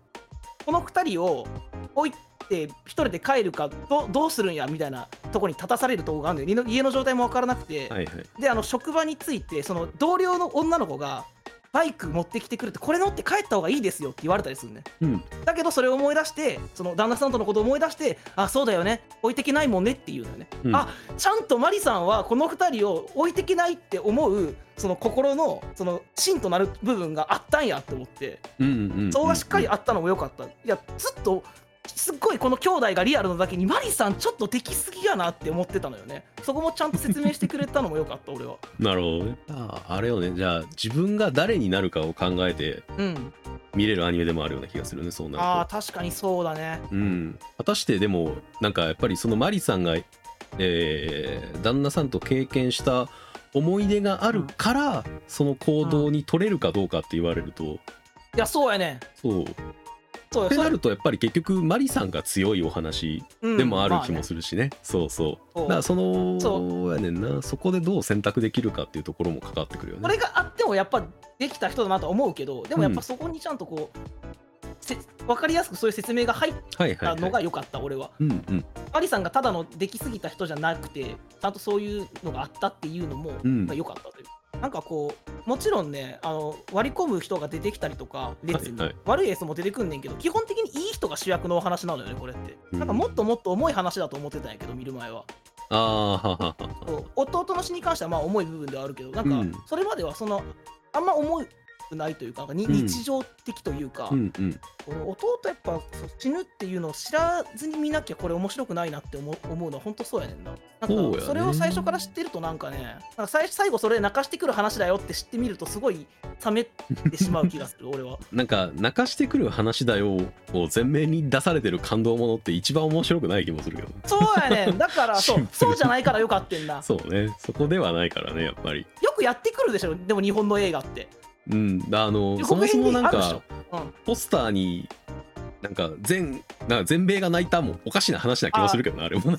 Speaker 3: この2人を置いて1人で帰るかどどうするんやみたいなとこに立たされるとこがあるんだよ家の家の状態も分からなくて、
Speaker 1: はいはい。
Speaker 3: であの職場についてその同僚の女の子がバイク持ってきてくれてこれ乗って帰った方がいいですよって言われたりするね
Speaker 1: うん
Speaker 3: だけどそれを思い出してその旦那さんとのことを思い出してあそうだよね置いてけないもんねっていうのよね、
Speaker 1: うん
Speaker 3: あちゃんとマリさんはこの2人を置いてけないって思うその心のその芯となる部分があったんやって思って
Speaker 1: うんうんうん
Speaker 3: そこがしっかりあったのも良かったいやずっとすっごいこの兄弟がリアルなだけにマリさんちょっとできすぎやなって思ってたのよねそこもちゃんと説明してくれたのも良かった俺は
Speaker 1: なるほどねああれよねじゃあ自分が誰になるかを考えて
Speaker 3: うん、
Speaker 1: 見れるアニメでもあるような気がするねそう
Speaker 3: ああ
Speaker 1: なる
Speaker 3: 確かにそうだね。
Speaker 1: とうん果たしてでもなんかやっぱりそのマリさんが、えー旦那さんと経験した思い出があるから、その行動に取れるかどうかって言われると、
Speaker 3: いやそうやね。
Speaker 1: そうっ
Speaker 3: そうや
Speaker 1: て
Speaker 3: そ
Speaker 1: な
Speaker 3: うや
Speaker 1: るとやっぱり結局マリさんが強いお話
Speaker 3: うん
Speaker 1: でもある
Speaker 3: ま
Speaker 1: 気も
Speaker 3: ね
Speaker 1: するしね,、そうそう
Speaker 3: そう
Speaker 1: だからその
Speaker 3: そ
Speaker 1: やねんなそこでどう選択できるかっていうところもかかってくるよね
Speaker 3: これがあってもやっぱできた人だなとは思うけどでもやっぱそこにちゃんとこう、せ分かりやすくそういう説明が入っ
Speaker 1: はいは
Speaker 3: た
Speaker 1: いは
Speaker 3: の
Speaker 1: い
Speaker 3: が良かった、俺は。
Speaker 1: うんうん
Speaker 3: マリさんがただのできすぎた人じゃなくてちゃんとそういうのがあったっていうのも、
Speaker 1: うん
Speaker 3: まあ、良かったというなんかこうもちろんねあの割り込む人が出てきたりとか列に、
Speaker 1: はいはい
Speaker 3: 悪いエースも出てくんねんけど基本的にいい人が主役のお話なのよねこれって、
Speaker 1: うん
Speaker 3: なんかもっともっと重い話だと思ってたんやけど見る前は
Speaker 1: ああはははは
Speaker 3: そう弟の死に関してはまあ重い部分ではあるけどな
Speaker 1: うんん
Speaker 3: かそれまではそのあんま重くないというかなんかに
Speaker 1: うん
Speaker 3: 日常的というか、
Speaker 1: うんうん
Speaker 3: この弟やっぱそう死ぬっていうのを知らずに見なきゃこれ面白くないなって思う思うのは本当そうやねんな。な
Speaker 1: そ
Speaker 3: ん
Speaker 1: うや
Speaker 3: か
Speaker 1: ね
Speaker 3: それを最初から知ってるとなんかね、なんか最最後それ泣かしてくる話だよって知ってみるとすごい冷めてしまう気がする俺は。
Speaker 1: なんか泣かしてくる話だよを前面に出されてる感動ものって一番面白くない気もするけどね
Speaker 3: そうやねん だからそ
Speaker 1: シン
Speaker 3: う
Speaker 1: プル
Speaker 3: そうじゃないからよかってんな。
Speaker 1: そうねそこではないからねやっぱり
Speaker 3: よくやってくるでしょでも日本の映画って。
Speaker 1: うんあの
Speaker 3: 予
Speaker 1: そ
Speaker 3: 告
Speaker 1: もそ
Speaker 3: 編
Speaker 1: も
Speaker 3: に
Speaker 1: な
Speaker 3: あ
Speaker 1: ん
Speaker 3: るでし
Speaker 1: か
Speaker 3: ょ。うん
Speaker 1: ポスターになんか全なんか全米が泣いたもおかしな話な気もするけどなあれも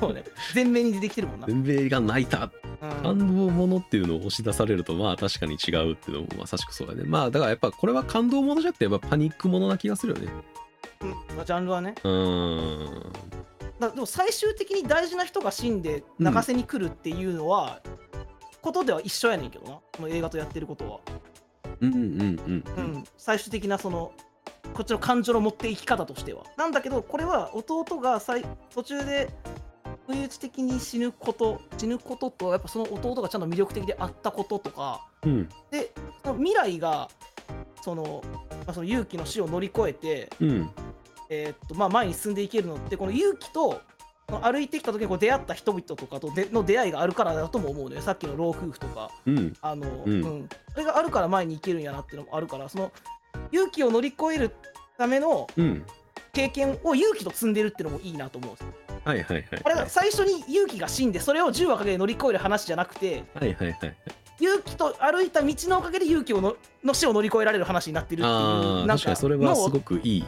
Speaker 3: そうね、全面に出てきてるもんな。
Speaker 1: 全米が泣いた
Speaker 3: うん
Speaker 1: 感動ものっていうのを押し出されるとまあ確かに違うっていうのもまさしくそうだねまあだからやっぱこれは感動ものじゃなくてやっぱパニックものな気がするよね
Speaker 3: まあジャンルはね。
Speaker 1: うーん
Speaker 3: だでも最終的に大事な人が死んで
Speaker 1: うん
Speaker 3: 泣かせに来るっていうのは、ことでは一緒やねんけどなこの映画とやってることは、
Speaker 1: うんうんうん
Speaker 3: う
Speaker 1: うんん
Speaker 3: 最終的なそのこっちの感情の持っていき方としてはなんだけどこれは弟が最途中で不意打ち的に死ぬこと死ぬこととやっぱその弟がちゃんと魅力的であったこととか
Speaker 1: うん
Speaker 3: でその未来がその,、まあ、その勇気の死を乗り越えて
Speaker 1: うん
Speaker 3: えーっとまあ、前に進んでいけるのってこの勇気とこの歩いてきた時にこう出会った人々とかとでの出会いがあるからだとも思うねさっきの老夫婦とか
Speaker 1: うん
Speaker 3: あの、
Speaker 1: う
Speaker 3: うんんそれがあるから前に行けるんやなっていうのもあるからその勇気を乗り越えるための
Speaker 1: うん
Speaker 3: 経験を勇気と積んでるっていうのもいいなと思うんです
Speaker 1: はいはいはい
Speaker 3: あれ
Speaker 1: は
Speaker 3: が最初に勇気が死んでそれを10話かけて乗り越える話じゃなくて
Speaker 1: いはいはい
Speaker 3: 勇気と歩いた道のおかげで勇気をのの死を乗り越えられる話になってるっていう
Speaker 1: あー
Speaker 3: なん
Speaker 1: 確かにそれは
Speaker 3: のを
Speaker 1: すごくいい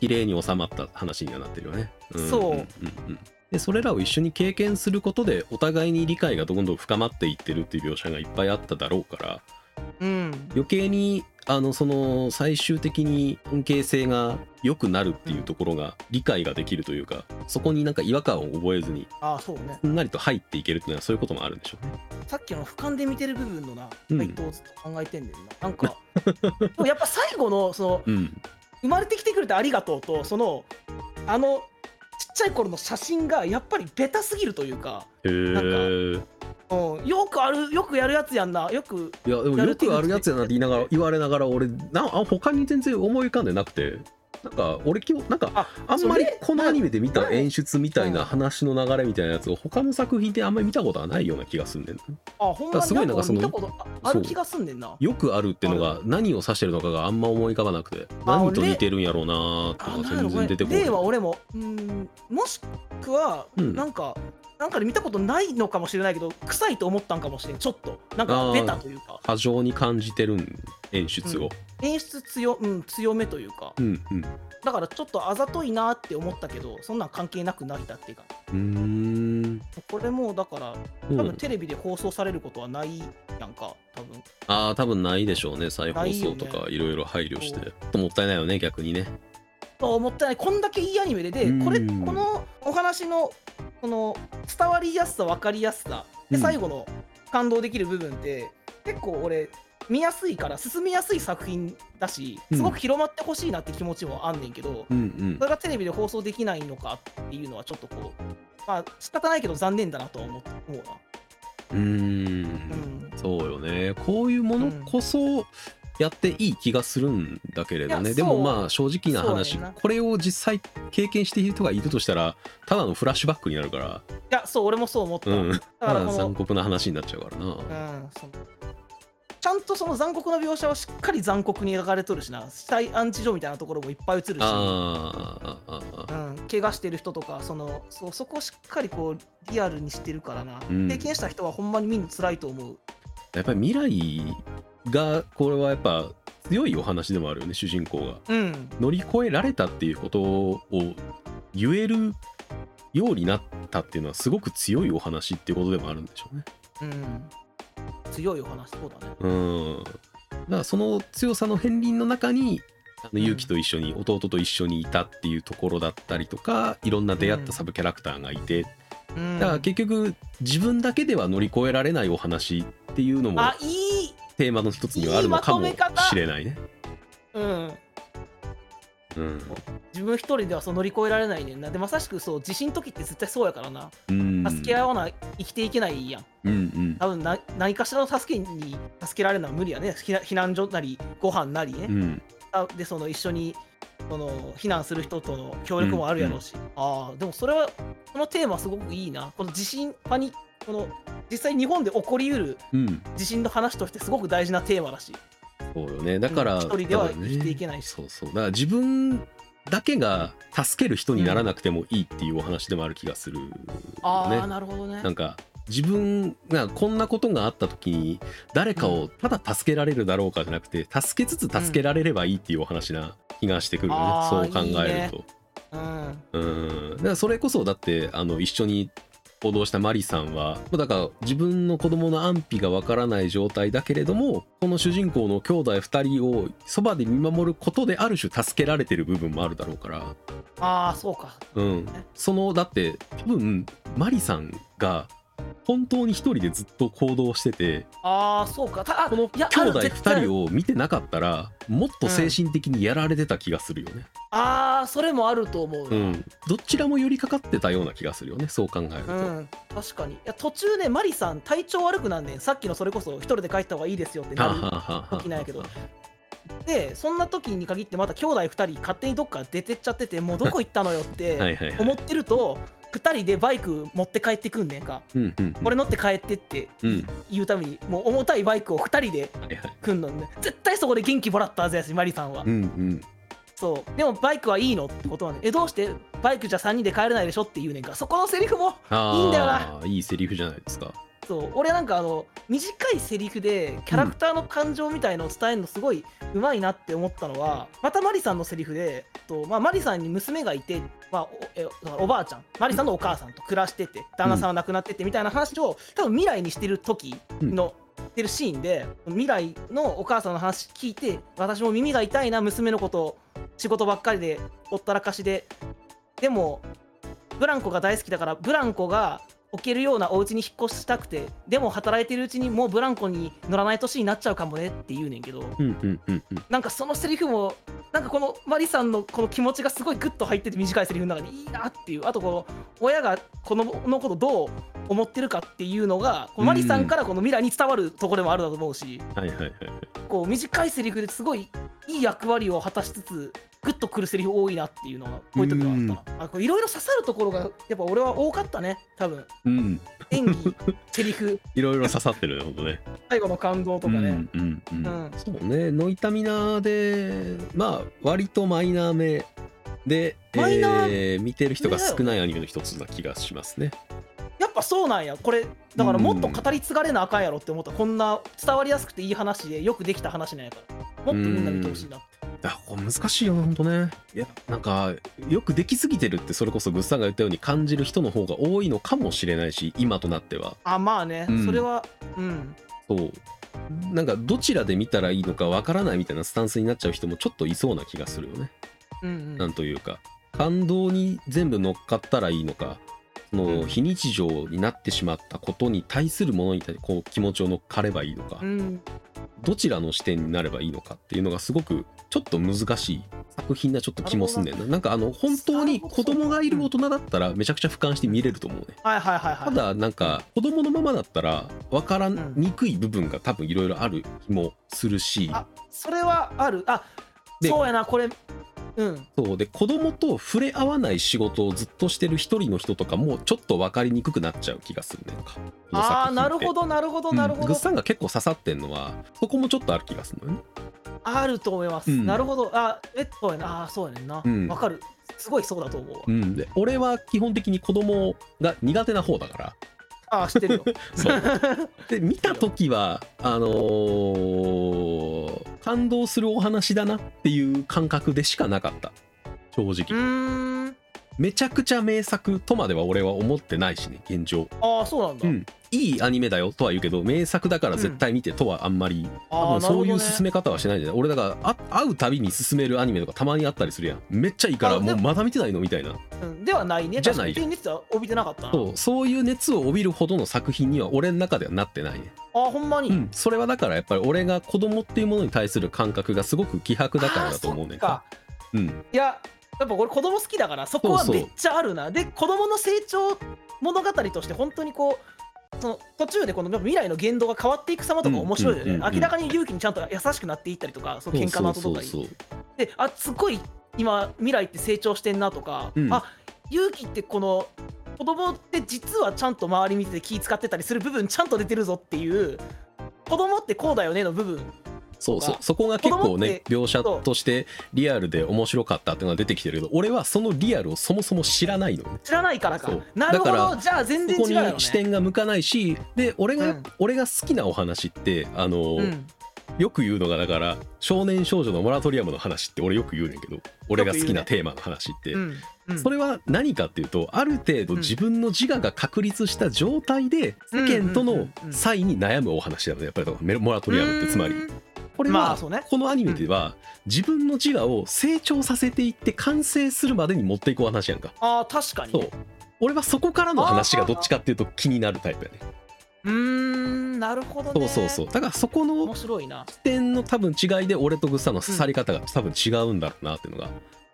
Speaker 1: 綺麗に収まった話にはなってるよね、ん
Speaker 3: そうん
Speaker 1: んうんでそれらを一緒に経験することでお互いに理解がどんどん深まっていってるっていう描写がいっぱいあっただろうから
Speaker 3: うん、
Speaker 1: 余計にあのその最終的に関係性が良くなるっていうところが理解ができるというかそこになんか違和感を覚えずに
Speaker 3: ああそうね
Speaker 1: すんなりと入っていけるっていうのはそういうこともあるんでしょうね。
Speaker 3: さっきの俯瞰で見てる部分のな
Speaker 1: うん
Speaker 3: 回答をずっと考えてんだよな、なんかでもやっぱ最後のその
Speaker 1: うん、
Speaker 3: 生まれてきてくれてありがとうとそのあのちっちゃい頃の写真がやっぱりベタすぎるというか、
Speaker 1: へ
Speaker 3: な
Speaker 1: ー
Speaker 3: うん、よくあるよくやるやつやんなよく
Speaker 1: いやでもよくあるやつやなって言いながら言われながら俺なあ他に全然思い浮かんでなくてなんか俺今日なんか
Speaker 3: あ
Speaker 1: あんまり
Speaker 3: それ
Speaker 1: このアニメで見た
Speaker 3: 前
Speaker 1: 演出みたいな
Speaker 3: うん
Speaker 1: 話の流れみたいなやつを他の作品であんまり見たことはないような気がすんねんな
Speaker 3: あほんまに
Speaker 1: すごいなんか
Speaker 3: 俺見た
Speaker 1: そ
Speaker 3: ことああ
Speaker 1: そ
Speaker 3: る
Speaker 1: う
Speaker 3: 気がすんねんな
Speaker 1: よくあるってのが何を指してるのかがあんま思い浮かばなくて
Speaker 3: あ
Speaker 1: 何と似てるんやろうなーって
Speaker 3: あ
Speaker 1: の
Speaker 3: な
Speaker 1: が
Speaker 3: んやろ
Speaker 1: 全
Speaker 3: こ
Speaker 1: 然
Speaker 3: れ
Speaker 1: 出てこ
Speaker 3: 例は
Speaker 1: ない
Speaker 3: 俺もうんもしくは、
Speaker 1: うん
Speaker 3: なんかなんかで見たことないのかもしれないけど臭いと思ったんかもしれんちょっとなんかベタというか
Speaker 1: 過剰に感じてるん演出を
Speaker 3: 演出強,、うん、強めというか
Speaker 1: うんうん
Speaker 3: だからちょっとあざといなって思ったけどそんなん関係なく泣いたっていうか
Speaker 1: うーん
Speaker 3: これもうだから
Speaker 1: う
Speaker 3: 多
Speaker 1: ん
Speaker 3: 分テレビで放送されることはないやんか多分
Speaker 1: ああ多分ないでしょうね再放送と
Speaker 3: ないよ
Speaker 1: かいろいろ配慮してちょっともったいないよね逆にね
Speaker 3: そう思ってないこんだけいいアニメでで
Speaker 1: うん
Speaker 3: これこのお話のこの伝わりやすさ分かりやすさで
Speaker 1: うん
Speaker 3: 最後の感動できる部分って結構俺見やすいから進みやすい作品だし
Speaker 1: うん
Speaker 3: すごく広まってほしいなって気持ちもあんねんけど、
Speaker 1: うんうん
Speaker 3: それがテレビで放送できないのかっていうのはちょっとこうまあ仕方ないけど残念だなとは思う思うな。
Speaker 1: うー
Speaker 3: うんん
Speaker 1: そうよねこういうものこそやっていい気がするんだけれど
Speaker 3: い
Speaker 1: ね、
Speaker 3: や
Speaker 1: でも
Speaker 3: そう
Speaker 1: まあ正直な話
Speaker 3: そうやねんな
Speaker 1: これを実際経験している人がいるとしたらただのフラッシュバックになるから
Speaker 3: いやそう俺もそう思った、
Speaker 1: うん
Speaker 3: だか
Speaker 1: ただ
Speaker 3: らこの、う
Speaker 1: 残
Speaker 3: ん、
Speaker 1: 酷な話になっちゃうからな、
Speaker 3: そのちゃんとその残酷な描写はしっかり残酷に描かれとるしな死体安置所みたいなところもいっぱい映るし、
Speaker 1: あーあーあーあー
Speaker 3: うん、怪我してる人とかそのそうそこをしっかりこうリアルにしてるからな、
Speaker 1: うん
Speaker 3: 経験した人はほんまに見るの辛いと思う
Speaker 1: やっぱり未来がこれはやっぱ強いお話でもあるよね主人公が
Speaker 3: うん
Speaker 1: 乗り越えられたっていうことを言えるようになったっていうのはすごく強いお話っていうことでもあるんでしょうね
Speaker 3: うん強いお話そうだね
Speaker 1: うんからその強さの片鱗の中にあ
Speaker 3: うん
Speaker 1: の勇気と一緒に弟と一緒にいたっていうところだったりとかいろんな出会ったサブキャラクターがいて
Speaker 3: うん
Speaker 1: だから結局自分だけでは乗り越えられないお話っていうのも
Speaker 3: あいい
Speaker 1: テーマの一つにはあるのかも
Speaker 3: いいまとめ方
Speaker 1: しれないね。
Speaker 3: うん
Speaker 1: うん
Speaker 3: 自分一人ではそう乗り越えられないねんなでまさしくそう地震の時って絶対そうやからな
Speaker 1: うん
Speaker 3: 助け合わない生きていけないやん
Speaker 1: うんうん
Speaker 3: 多分な何かしらの助けに助けられるのは無理やね避難避難所なりご飯なりね、
Speaker 1: うん
Speaker 3: あでその一緒にその避難する人との協力もあるやろうし、ああでもそれはこのテーマすごくいいなこの地震パニこの実際日本で起こりうる
Speaker 1: うん
Speaker 3: 地震の話としてすごく大事なテーマだし
Speaker 1: そうよねだから、
Speaker 3: うん一人では生きていけないし
Speaker 1: そうそうだから自分だけが助ける人にならなくてもいいっていうお話でもある気がする、
Speaker 3: ああ、
Speaker 1: ね
Speaker 3: なるほどね
Speaker 1: なんか自分がこんなことがあった時に誰かをただ助けられるだろうかじゃなくて助けつつ助けられればいいっていうお話な気がしてくるよね、
Speaker 3: あー
Speaker 1: そう考えると。
Speaker 3: うん
Speaker 1: うんだからそれこそだってあの一緒に行動したマリさんはもうだから自分の子供の安否がわからない状態だけれどもこの主人公の兄弟2人をそばで見守ることである種助けられてる部分もあるだろうから、
Speaker 3: ああそうか
Speaker 1: うん、そのだって多分マリさんが本当に一人でずっと行動してて
Speaker 3: ああそうかたあ
Speaker 1: この
Speaker 3: いや
Speaker 1: 兄弟
Speaker 3: ある絶対あ
Speaker 1: 2
Speaker 3: る
Speaker 1: 人を見てなかったらもっと精神的にやられてた気がするよね、
Speaker 3: ああそれもあると思う
Speaker 1: う
Speaker 3: な、
Speaker 1: ん、どちらも寄りかかってたような気がするよねそう考えると。
Speaker 3: うん、確かにいや途中ねマリさん体調悪くなんねんさっきのそれこそ一人で帰った方がいいですよってなる時なんやけどでそんな時に限ってまた兄弟2人勝手にどっか出てっちゃっててもうどこ行ったのよっ
Speaker 1: は
Speaker 3: て
Speaker 1: いはいはい、
Speaker 3: 思ってると2人でバイク持って帰ってくんねんか
Speaker 1: うんうんうん
Speaker 3: これ乗って帰ってって
Speaker 1: うん
Speaker 3: 言うためにもう重たいバイクを2人で
Speaker 1: はいはい
Speaker 3: 来んのね絶対そこで元気もらったはずやしマリさんは
Speaker 1: うんうん
Speaker 3: そうでもバイクはいいのってことはねえどうしてバイクじゃ3人で帰れないでしょって言うねんかそこのセリフも
Speaker 1: あー
Speaker 3: いいんだよない
Speaker 1: いセリフじゃないですか
Speaker 3: そう俺なんかあの短いセリフでキャラクターの感情みたいのを伝えるのすごい上手いなって思ったのは、またマリさんのセリフでと、まあ、マリさんに娘がいて、まあ、おえおばあちゃんマリさんのお母さんと暮らしてて旦那さんは亡くなっててみたいな話を多分未来にしてる時の。してるシーンで未来のお母さんの話聞いて私も耳が痛いな娘のこと仕事ばっかりでほったらかしででもブランコが大好きだからブランコが置けるようなお家に引っ越したくてでも働いてるうちにもうブランコに乗らない年になっちゃうかもねって言うねんけど
Speaker 1: うんうんうんうん
Speaker 3: なんかそのセリフもなんかこのマリさんのこの気持ちがすごいグッと入ってて短いセリフの中にいいなっていうあとこの親が子供のことどう思ってるかっていうのがこのマリさんからこの未来に伝わるところでもあるだと思うし
Speaker 1: はいはいはい
Speaker 3: こう短いセリフですごいいい役割を果たしつつグッとくるセリフ多いなっていうのがこういう時はあったなあこういろいろ刺さるところがやっぱ俺は多かったね多分。
Speaker 1: うん
Speaker 3: 演技、セ リフ、
Speaker 1: いろいろ刺さってるねほんとね
Speaker 3: 最後の感動とかね。
Speaker 1: うんうんう
Speaker 3: うんん。
Speaker 1: そうねノイタミナーでまあ割とマイナー目で
Speaker 3: マイナ
Speaker 1: えー見てる人が少ないアニメの一つな気がしますね
Speaker 3: やっぱそうなんや、これ、だからもっと語り継がれなあかんやろって思った、こんな伝わりやすくていい話で、よくできた話なんやから、もっとみんな見てほしいなって。
Speaker 1: あこれ難しいよほんとねいやなんかよくできすぎてるってそれこそグッさんが言ったように感じる人の方が多いのかもしれないし今となっては
Speaker 3: あ、まあね、
Speaker 1: うん
Speaker 3: それは、うん。
Speaker 1: そうなんかどちらで見たらいいのかわからないみたいなスタンスになっちゃう人もちょっといそうな気がするよね。
Speaker 3: うんう
Speaker 1: なんんというか感動に全部乗っかったらいいのかその非日常になってしまったことに対するものに対こう気持ちを乗っかればいいのか
Speaker 3: うん、
Speaker 1: どちらの視点になればいいのかっていうのがすごくちょっと難しい作品なちょっと気もすんねんななんかあの本当に子供がいる大人だったらめちゃくちゃ俯瞰して見れると思うね。
Speaker 3: はいはいはいはい。
Speaker 1: ただなんか子供のままだったら分から
Speaker 3: うん
Speaker 1: にくい部分が多分いろいろある気もするし、
Speaker 3: あそれはある。あ
Speaker 1: で
Speaker 3: そうやな、これ、うん。
Speaker 1: そうで子供と触れ合わない仕事をずっとしてる一人の人とかもちょっと分かりにくくなっちゃう気がするねんかこの作品
Speaker 3: あ
Speaker 1: っ
Speaker 3: あ、
Speaker 1: て
Speaker 3: なるほど、なるほど、
Speaker 1: うん
Speaker 3: なるほ
Speaker 1: グ
Speaker 3: ど
Speaker 1: ッ。さんが結構刺さってんのはそこもちょっとある気がするのよね
Speaker 3: あると思います。
Speaker 1: うん
Speaker 3: なるほど。あ、え、そうやな、あそうやねんな。わ、
Speaker 1: うん
Speaker 3: かる。すごいそうだと思うわ。
Speaker 1: うんで俺は基本的に子供が苦手な方だから
Speaker 3: ああ、知っ てるよ。
Speaker 1: そう で見た時はあのー感動するお話だなっていう感覚でしかなかった正直
Speaker 3: うーん
Speaker 1: めちゃくちゃ名作とまでは俺は思ってないしね現状
Speaker 3: ああそうなんだ、
Speaker 1: うんいいアニメだよとは言うけど名作だから絶対見てとはあんまり、
Speaker 3: あ
Speaker 1: 多
Speaker 3: あ
Speaker 1: 分そういう
Speaker 3: なるほどね
Speaker 1: 進め方はしないんじゃない俺だからあ会うたびに進めるアニメとかたまにあったりするやんめっちゃいいから
Speaker 3: あで
Speaker 1: もう
Speaker 3: も
Speaker 1: まだ見てないのみたいな
Speaker 3: うんではないね
Speaker 1: じゃない
Speaker 3: 確かに現実は帯びてなかったな
Speaker 1: そうそういう熱を帯びるほどの作品には俺の中ではなってないね、
Speaker 3: ああほんまに、
Speaker 1: うん、それはだからやっぱり俺が子供っていうものに対する感覚がすごく希薄だからだと思うねん
Speaker 3: あ
Speaker 1: か
Speaker 3: ーそっ
Speaker 1: うん
Speaker 3: いややっぱ俺子供好きだからそこは
Speaker 1: そうそう
Speaker 3: めっちゃあるなで子供の成長物語として本当にこうその途中でこのやっぱ未来の言動が変わっていく様とか面白いよね、
Speaker 1: うんうんうんうん
Speaker 3: 明らかに勇気にちゃんと優しくなっていったりとかその喧嘩の後とかに
Speaker 1: そうそうそう
Speaker 3: であすごい今未来って成長してんなとか、
Speaker 1: うん
Speaker 3: あ勇気ってこの子供って実はちゃんと周り見てて気使ってたりする部分ちゃんと出てるぞっていう子供ってこうだよねの部分
Speaker 1: そうそうそこが結
Speaker 3: 子供
Speaker 1: 構
Speaker 3: っ
Speaker 1: ね
Speaker 3: て
Speaker 1: 描写としてリアルで面白かったっていうのが出てきてるけど俺はそのリアルをそもそも知らないのね
Speaker 3: 知らないからか
Speaker 1: そう
Speaker 3: なるほ
Speaker 1: だか
Speaker 3: どじゃあ全然
Speaker 1: そこ
Speaker 3: 違うよね
Speaker 1: に視点が向かないしで俺が、
Speaker 3: うん
Speaker 1: 俺が好きなお話ってあの、
Speaker 3: うん
Speaker 1: よく言うのがだから少年少女のモラトリアムの話って俺よく言うねんけど俺が好きなテーマの話って、
Speaker 3: うんうん
Speaker 1: それは何かっていうとある程度自分の自我が確立した状態で
Speaker 3: うん
Speaker 1: 世間と
Speaker 3: うんう
Speaker 1: の
Speaker 3: んうん
Speaker 1: 差異に悩むお話だよねやっぱりだからメロモラトリアムってつまり
Speaker 3: うーん
Speaker 1: これ
Speaker 3: ま
Speaker 1: は
Speaker 3: あそうね
Speaker 1: このアニメでは自分の自我を成長させていって完成するまでに持っていくお話やんか
Speaker 3: ああ確かに
Speaker 1: そう俺はそこからの話がどっちかっていうと気になるタイプやね
Speaker 3: うーんなるほど
Speaker 1: そ
Speaker 3: ね
Speaker 1: うそうそうだからそこの
Speaker 3: 面白いな
Speaker 1: 視点の多分違いで俺とグッサンの刺さり方が多分違うんだろうなっていうのが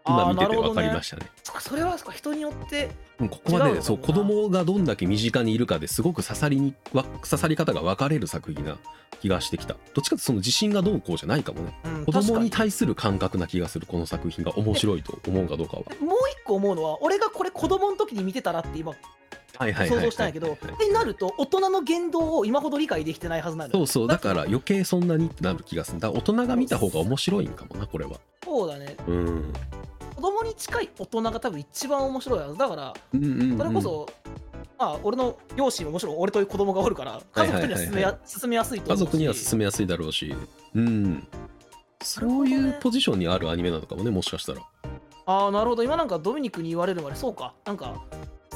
Speaker 1: 今見てて分かりま
Speaker 3: し
Speaker 1: したね
Speaker 3: た、そっかそれはそっか人によって
Speaker 1: うんここは
Speaker 3: 違
Speaker 1: ね
Speaker 3: うのかな
Speaker 1: そう子供がどんだけ身近にいるかですごく刺さりにわ刺さり方が分かれる作品な気がしてきたどっちかっていうとその自信がどうこうじゃないかもね
Speaker 3: うん
Speaker 1: 子
Speaker 3: 確
Speaker 1: 供
Speaker 3: か
Speaker 1: に
Speaker 3: に
Speaker 1: 対する感覚な気がするこの作品が面白いと思うかどうかは
Speaker 3: もう一個思うのは俺がこれ子供の時に見てたらって今
Speaker 1: はいはいはい
Speaker 3: 想
Speaker 1: はい
Speaker 3: 像したんやけど、
Speaker 1: はい
Speaker 3: ってなると大人の言動を今ほど理解できてないはずなんだ
Speaker 1: そ
Speaker 3: よ
Speaker 1: うそうだから余計そんなにってなる気がするだから大人が見た方が面白いんかもなこれは
Speaker 3: そうだね
Speaker 1: うん
Speaker 3: 子供に近い大人が多分一番面白いはずだから
Speaker 1: うんうんうん
Speaker 3: それこそ、まあ俺の両親ももちろん俺という子供がおるから家族には
Speaker 1: はいは
Speaker 3: 進め
Speaker 1: いはい
Speaker 3: や進めやすいと
Speaker 1: 家
Speaker 3: 思うし
Speaker 1: 族には進めやすいだろうしうんそういうポジションにあるアニメなのかもねもしかしたら
Speaker 3: ああなるほど今なんかドミニクに言われるまでそうかなんか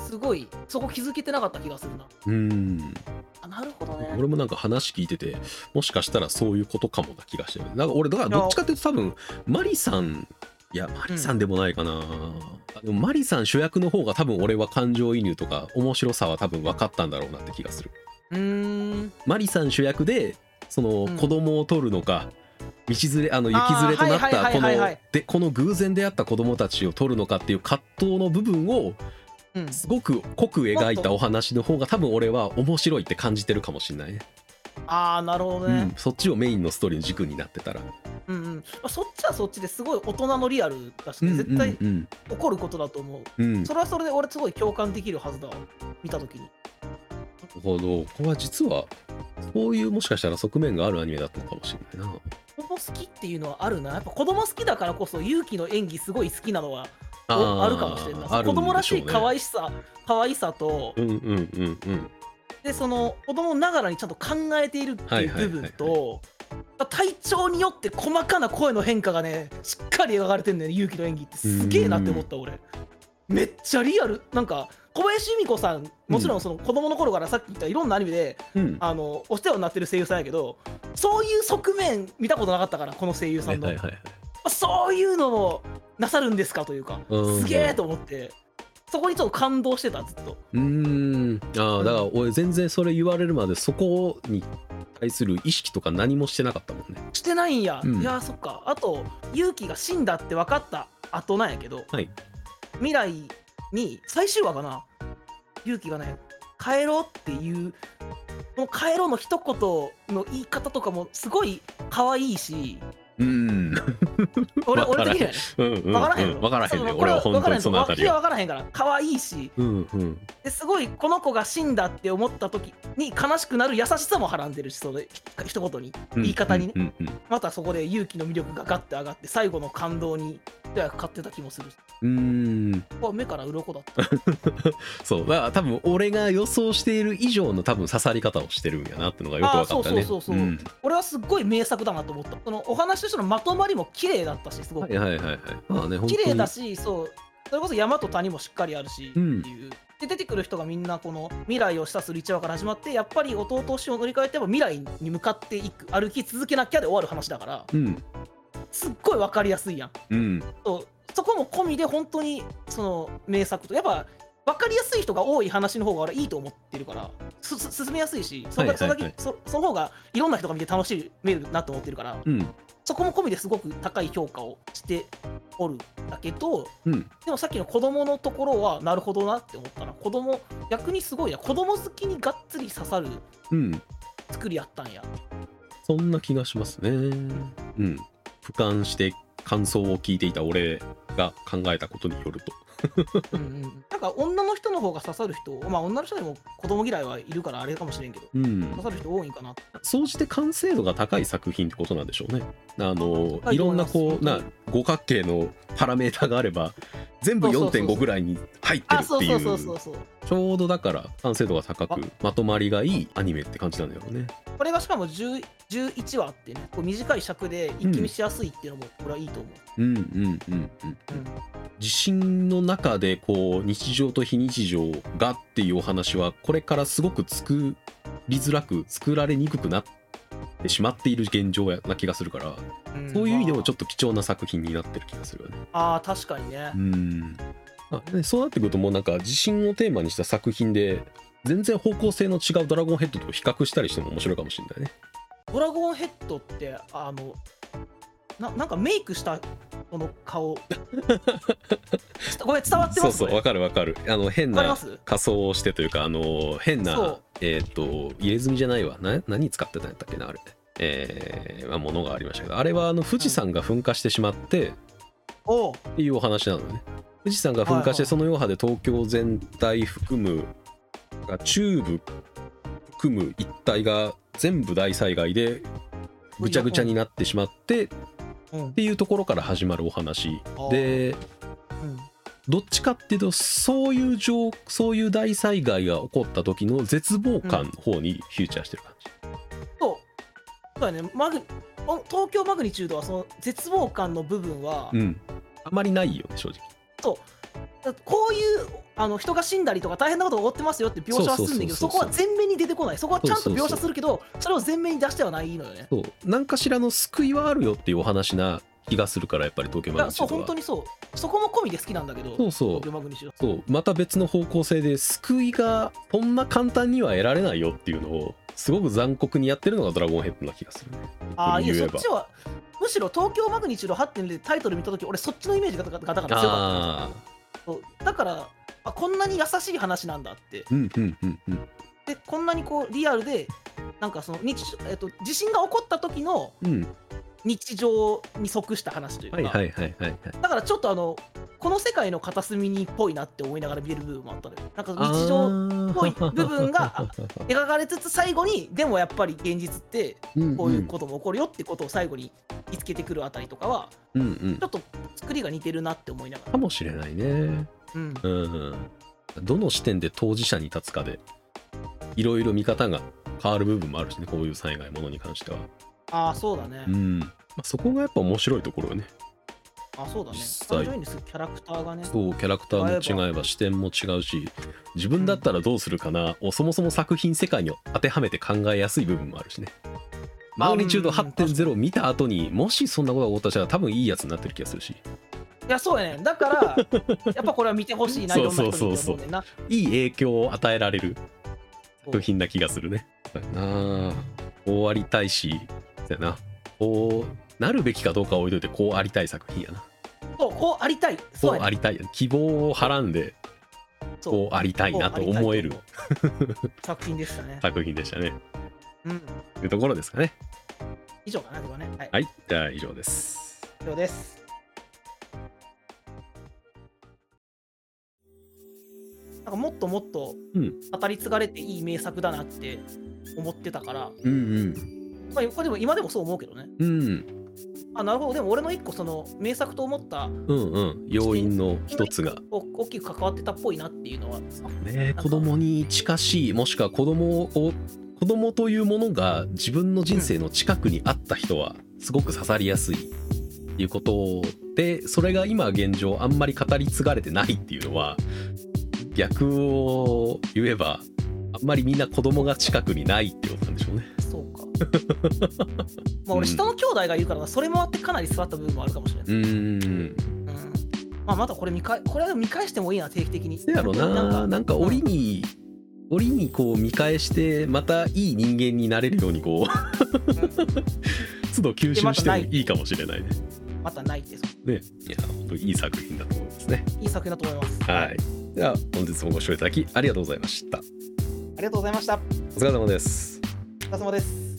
Speaker 3: すごいそこ気づけてなかった気がするな
Speaker 1: うん
Speaker 3: あなるほどね
Speaker 1: 俺もなんか話聞いててもしかしたらそういうことかもな気がしてるなんか俺だからどっちかっていうと多分マリさんいやマリさんでもないかな、あでもマリさん主役の方が多分俺は感情移入とか面白さは多分分かったんだろうなって気がする
Speaker 3: うーん
Speaker 1: マリさん主役でその
Speaker 3: うん
Speaker 1: 子供を取るのか、道連れあの行き連れとなっ
Speaker 3: あーは
Speaker 1: た
Speaker 3: い
Speaker 1: こ
Speaker 3: はいはいはいは
Speaker 1: の
Speaker 3: い
Speaker 1: でこの偶然出会った子供たちを取るのかっていう葛藤の部分を
Speaker 3: うん
Speaker 1: すごく濃く描いたお話の方が多分俺は面白いって感じてるかもしれないね、
Speaker 3: ああなるほど
Speaker 1: う
Speaker 3: ね
Speaker 1: ん、そっちをメインのストーリーの軸になってたら、
Speaker 3: うんうん、まあ、そっちはそっちですごい大人のリアルだしね、絶対
Speaker 1: うん
Speaker 3: 起こることだと思う
Speaker 1: うんうんな
Speaker 3: それはそれで俺すごい共感できるはずだわ見た時に
Speaker 1: るほどこれは実はそういうもしかしたら側面があるアニメだったのかもしれないな
Speaker 3: 子供好きっていうのはあるなやっぱ子供好きだからこそ勇気の演技すごい好きなのは
Speaker 1: ー
Speaker 3: あるかもしれんない
Speaker 1: ある
Speaker 3: 子
Speaker 1: んでょうね
Speaker 3: 供らしい可愛さ可愛さと
Speaker 1: うんうんうんうん
Speaker 3: でその子供ながらにちゃんと考えているって
Speaker 1: はいいうはいはい
Speaker 3: 部分と体調によって細かな声の変化がねしっかり描かれてるんだよね勇気の演技ってすげえなって思った俺めっちゃリアルなんか小林由美子さんもちろんその子供の頃からさっき言ったいろんなアニメで
Speaker 1: うん
Speaker 3: あのお世話になってる声優さんやけどそういう側面見たことなかったからこの声優さ
Speaker 1: はい
Speaker 3: んの、
Speaker 1: はいはい
Speaker 3: そういうのもなさるんですかというか
Speaker 1: うん
Speaker 3: すげえと思ってそこにちょっと感動してたずっと
Speaker 1: うーんあ
Speaker 3: う
Speaker 1: あ
Speaker 3: ん
Speaker 1: だから俺全然それ言われるまでそこに対する意識とか何もしてなかったもんね
Speaker 3: してないんや、
Speaker 1: うん
Speaker 3: いやーそっかあと勇気が死んだって分かった後なんやけど、
Speaker 1: はい
Speaker 3: 未来に最終話かな勇気がね帰ろうっていうこの帰ろうの一言の言い方とかもすごい可愛い し
Speaker 1: うん
Speaker 3: 俺
Speaker 1: わからん
Speaker 3: 俺的にはね
Speaker 1: うんうん
Speaker 3: 分からへんよ、
Speaker 1: 分からへんね
Speaker 3: そう
Speaker 1: 俺は本当にそのあたりは
Speaker 3: 分からへんから可愛いし
Speaker 1: うんうん
Speaker 3: ですごいこの子が死んだって思った時に悲しくなる優しさもはらんでるしその一言に言い方にね
Speaker 1: うんうんうん
Speaker 3: またそこで勇気の魅力がガッて上がって最後の感動に一役買ってた気もするし
Speaker 1: うんうーん
Speaker 3: ここは目から鱗だった
Speaker 1: そうだから多分俺が予想している以上の多分刺さり方をしてるんやなってのがよく分かった
Speaker 3: あ
Speaker 1: ね
Speaker 3: ーそうそうそうそうん俺はすっごい名作だなと思ったそのお話としてのまとまりも綺麗だったしすご
Speaker 1: は
Speaker 3: く
Speaker 1: いはいはいはいまあね本当に
Speaker 3: 綺麗だしそうそれこそ山と谷もしっかりあるしって
Speaker 1: うん
Speaker 3: いう、で出てくる人がみんなこの未来を示唆する一話から始まってやっぱり弟を死を乗り換えても未来に向かっていく歩き続けなきゃで終わる話だから
Speaker 1: うん
Speaker 3: すっごい分かりやすいやん
Speaker 1: うん
Speaker 3: そうそこも込みで本当にその名作とやっぱ分かりやすい人が多い話の方が俺はいいと思ってるからすす進めやすいしそ,、
Speaker 1: はいはいはい
Speaker 3: そその方がいろんな人が見て楽しめるなと思ってるから
Speaker 1: うん
Speaker 3: そこも込みですごく高い評価をしておるんだけど
Speaker 1: うん
Speaker 3: でもさっきの子供のところはなるほどなって思ったな子供逆にすごいな子供好きにがっつり刺さる
Speaker 1: うん
Speaker 3: 作りやったんや
Speaker 1: そんな気がしますねうん俯瞰して感想を聞いていた俺が考えたことによると
Speaker 3: うんうんなんか女の人の方が刺さる人まあ女の人でも子供嫌いはいるからあれかもしれんけど
Speaker 1: うん
Speaker 3: 刺さる人多いんかなって
Speaker 1: 総じて完成度が高い作品ってことなんでしょうね。あの
Speaker 3: 高い
Speaker 1: い
Speaker 3: と
Speaker 1: ろ
Speaker 3: 思
Speaker 1: ん
Speaker 3: い
Speaker 1: な
Speaker 3: ます
Speaker 1: こうな五角形のパラメータがあれば全部
Speaker 3: そうそうそうそ
Speaker 1: 4.5
Speaker 3: う
Speaker 1: ぐらいに入ってる
Speaker 3: あ
Speaker 1: っ
Speaker 3: そう
Speaker 1: てい
Speaker 3: そうそうそううそう
Speaker 1: ちょうどだから完成度が高くまとまりがいいアニメって感じなんだよね。
Speaker 3: これがしかも10 11話あってねこう短い尺で一気見しやすいっていうのも俺はいいと思う、
Speaker 1: うんうんうんうん。
Speaker 3: うん
Speaker 1: 地震の中でこう日常と非日常がっていうお話はこれからすごく作りづらく作られにくくなってしまっている現状やな気がするから
Speaker 3: ん
Speaker 1: そういう意味でもちょ
Speaker 3: っ
Speaker 1: っと貴重な作品になってる気がするよね。
Speaker 3: とああ確かにね
Speaker 1: うんあでそうなってくるともうなんか地震をテーマにした作品で全然方向性の違う「ドラゴンヘッド」と比較したりしても面白いかもしれないね。
Speaker 3: ドラゴンヘッドってあのななんかメイクしたこの 顔ごめん伝わって
Speaker 1: そ
Speaker 3: ま
Speaker 1: う
Speaker 3: す
Speaker 1: そう
Speaker 3: これ
Speaker 1: わかるわかる。あの変
Speaker 3: わかり
Speaker 1: な
Speaker 3: ます
Speaker 1: 仮装をしてというかあの変
Speaker 3: そ
Speaker 1: な
Speaker 3: う
Speaker 1: えっ、と入れ墨じゃないわな何使ってたんやったっけなあれ。えーまあ、ものがありましたけどあれはあの富士山が噴火してしまって、
Speaker 3: おう
Speaker 1: っていうお話なのね富士山が噴火
Speaker 3: はい
Speaker 1: し
Speaker 3: は
Speaker 1: て
Speaker 3: い
Speaker 1: その余波で東京全体含むが中部含む一帯が全部大災害でぐちゃぐちゃになってしまってっ
Speaker 3: うん
Speaker 1: ていうところから始まるお話
Speaker 3: あー
Speaker 1: で
Speaker 3: うん
Speaker 1: どっちかっていうとそういう状そういう大災害が起こった時の絶望感の方にフューチャーしてる感じ。
Speaker 3: そうそうだねマグお東京マグニチュードはその絶望感の部分は、
Speaker 1: うんあまりないよね正直。
Speaker 3: だこういうあの人が死んだりとか大変なことが起こってますよって描写はするんだけど
Speaker 1: そ
Speaker 3: そう
Speaker 1: そう
Speaker 3: こ
Speaker 1: そうそう
Speaker 3: は前面に出てこないそこはちゃんと
Speaker 1: そうそうそう
Speaker 3: 描写するけどそれを前面に出してはないのよね
Speaker 1: そう何かしらの救いはあるよっていうお話な気がするからやっぱり東京
Speaker 3: だ
Speaker 1: マグニ
Speaker 3: から
Speaker 1: チ
Speaker 3: そ
Speaker 1: ュー
Speaker 3: う
Speaker 1: ド
Speaker 3: 本
Speaker 1: は
Speaker 3: 当。にそうそこも込みで好きなんだけど
Speaker 1: そうそう
Speaker 3: 東京マグニチュード
Speaker 1: そうまた別の方向性で救いがこんな簡単には得られないよっていうのをすごく残酷にやってるのが「ドラゴンヘッド」な気がするね。
Speaker 3: ああいや
Speaker 1: 言
Speaker 3: そ
Speaker 1: え
Speaker 3: っ
Speaker 1: ば
Speaker 3: ちはむしろ東京マグニチュード8.0でタイトル見た時俺そっちのイメージがガタガタガタ強かっ
Speaker 1: あ
Speaker 3: たそうだからあこんなに優しい話なんだって
Speaker 1: ーうんうんうんうん
Speaker 3: でこんなにこうリアルでなんかその日常、えっと、地震が起こった時の
Speaker 1: うん
Speaker 3: 日常に即した話というか、
Speaker 1: はいはいはいはいはい
Speaker 3: だからちょっとあのこの世界の片隅にっぽいなって思いながら見れる部分もあったのよなんか日常
Speaker 1: っ
Speaker 3: ぽい部分が 描かれつつ最後にでもやっぱり現実ってこういうことも起こるよってことを最後に見つけてくるあたりとかは
Speaker 1: と、うんうん
Speaker 3: ちょっと作りが似てるなって思いながら
Speaker 1: かもしれないね。
Speaker 3: うん
Speaker 1: うんどの視点で当事者に立つかでいろいろ見方が変わる部分もあるしねこういう災害ものに関しては。
Speaker 3: ああそうだね
Speaker 1: うんまあ、そこがやっぱ面白いところよね。
Speaker 3: あそうだね
Speaker 1: 実際
Speaker 3: 彼女にするキャラクターがね
Speaker 1: そうキャラクターも違えば視点も違うし自分だったらどうするかなをそもそも作品世界に当てはめて考えやすい部分もあるしねマグニチュード
Speaker 3: うん確
Speaker 1: 8.0を見た後にもしそんなことが起こったとしたら多分いいやつになってる気がするし
Speaker 3: いやそうやねだからやっぱこれは見てほしいな
Speaker 1: そ
Speaker 3: いうろんな人にって
Speaker 1: そうそう
Speaker 3: 思うねんない
Speaker 1: い影響を与えられる
Speaker 3: そう
Speaker 1: 作品な気がするねそうやなこうありたいしそうやなこうなるべきかどうかは置いといてこうありたい作品やな
Speaker 3: そうこうありたい
Speaker 1: こ
Speaker 3: そう
Speaker 1: う
Speaker 3: や
Speaker 1: あ
Speaker 3: ね
Speaker 1: りたい希望をはらんで
Speaker 3: そう
Speaker 1: こうありたいなと
Speaker 3: こうありたい
Speaker 1: 思える
Speaker 3: 思う作品でしたね
Speaker 1: 作品でしたね
Speaker 3: うん
Speaker 1: というところですかね
Speaker 3: 以上かな、これはね。はい。
Speaker 1: はい、じゃあ以上です。
Speaker 3: 以上です。なんかもっともっと
Speaker 1: うん
Speaker 3: 語り継がれていい名作だなって思ってたから、
Speaker 1: うん
Speaker 3: まあ、これでも今でもそう思うけどね。
Speaker 1: うん。うん
Speaker 3: あ、なるほど、でも俺の一個その名作と思った
Speaker 1: うんうん。要因の一つが。
Speaker 3: お大きく関わってたっぽいなっていうのは、
Speaker 1: ね子供に近しい、もしくは子供を、子供というものが自分の人生の近くにあった人は、すごく刺さりやすい。ってっていうことでそれが今現状あんまり語り継がれてないっていうのは逆を言えばあんまりみんな子供が近くにないってことなんでしょうね。
Speaker 3: そうかまあ俺下の兄弟がいるからそれもあってかなり座った部分もあるかもしれな
Speaker 1: う
Speaker 3: い、
Speaker 1: ーん
Speaker 3: うんまあ、またこれ見返これは見返してもいいな定期的に
Speaker 1: せやろななんか
Speaker 3: なんか
Speaker 1: 折に折にこう見返してまたいい人間になれるようにこう 都度吸収してもいいかもしれないね。
Speaker 3: またないってそ
Speaker 1: ねいや本当にいい作品だと思いますね。
Speaker 3: ういい作品だと思います
Speaker 1: はいでは本日もご視聴いただきありがとうございました。
Speaker 3: ありがとうございました
Speaker 1: お疲れ様です。
Speaker 3: お疲れ様です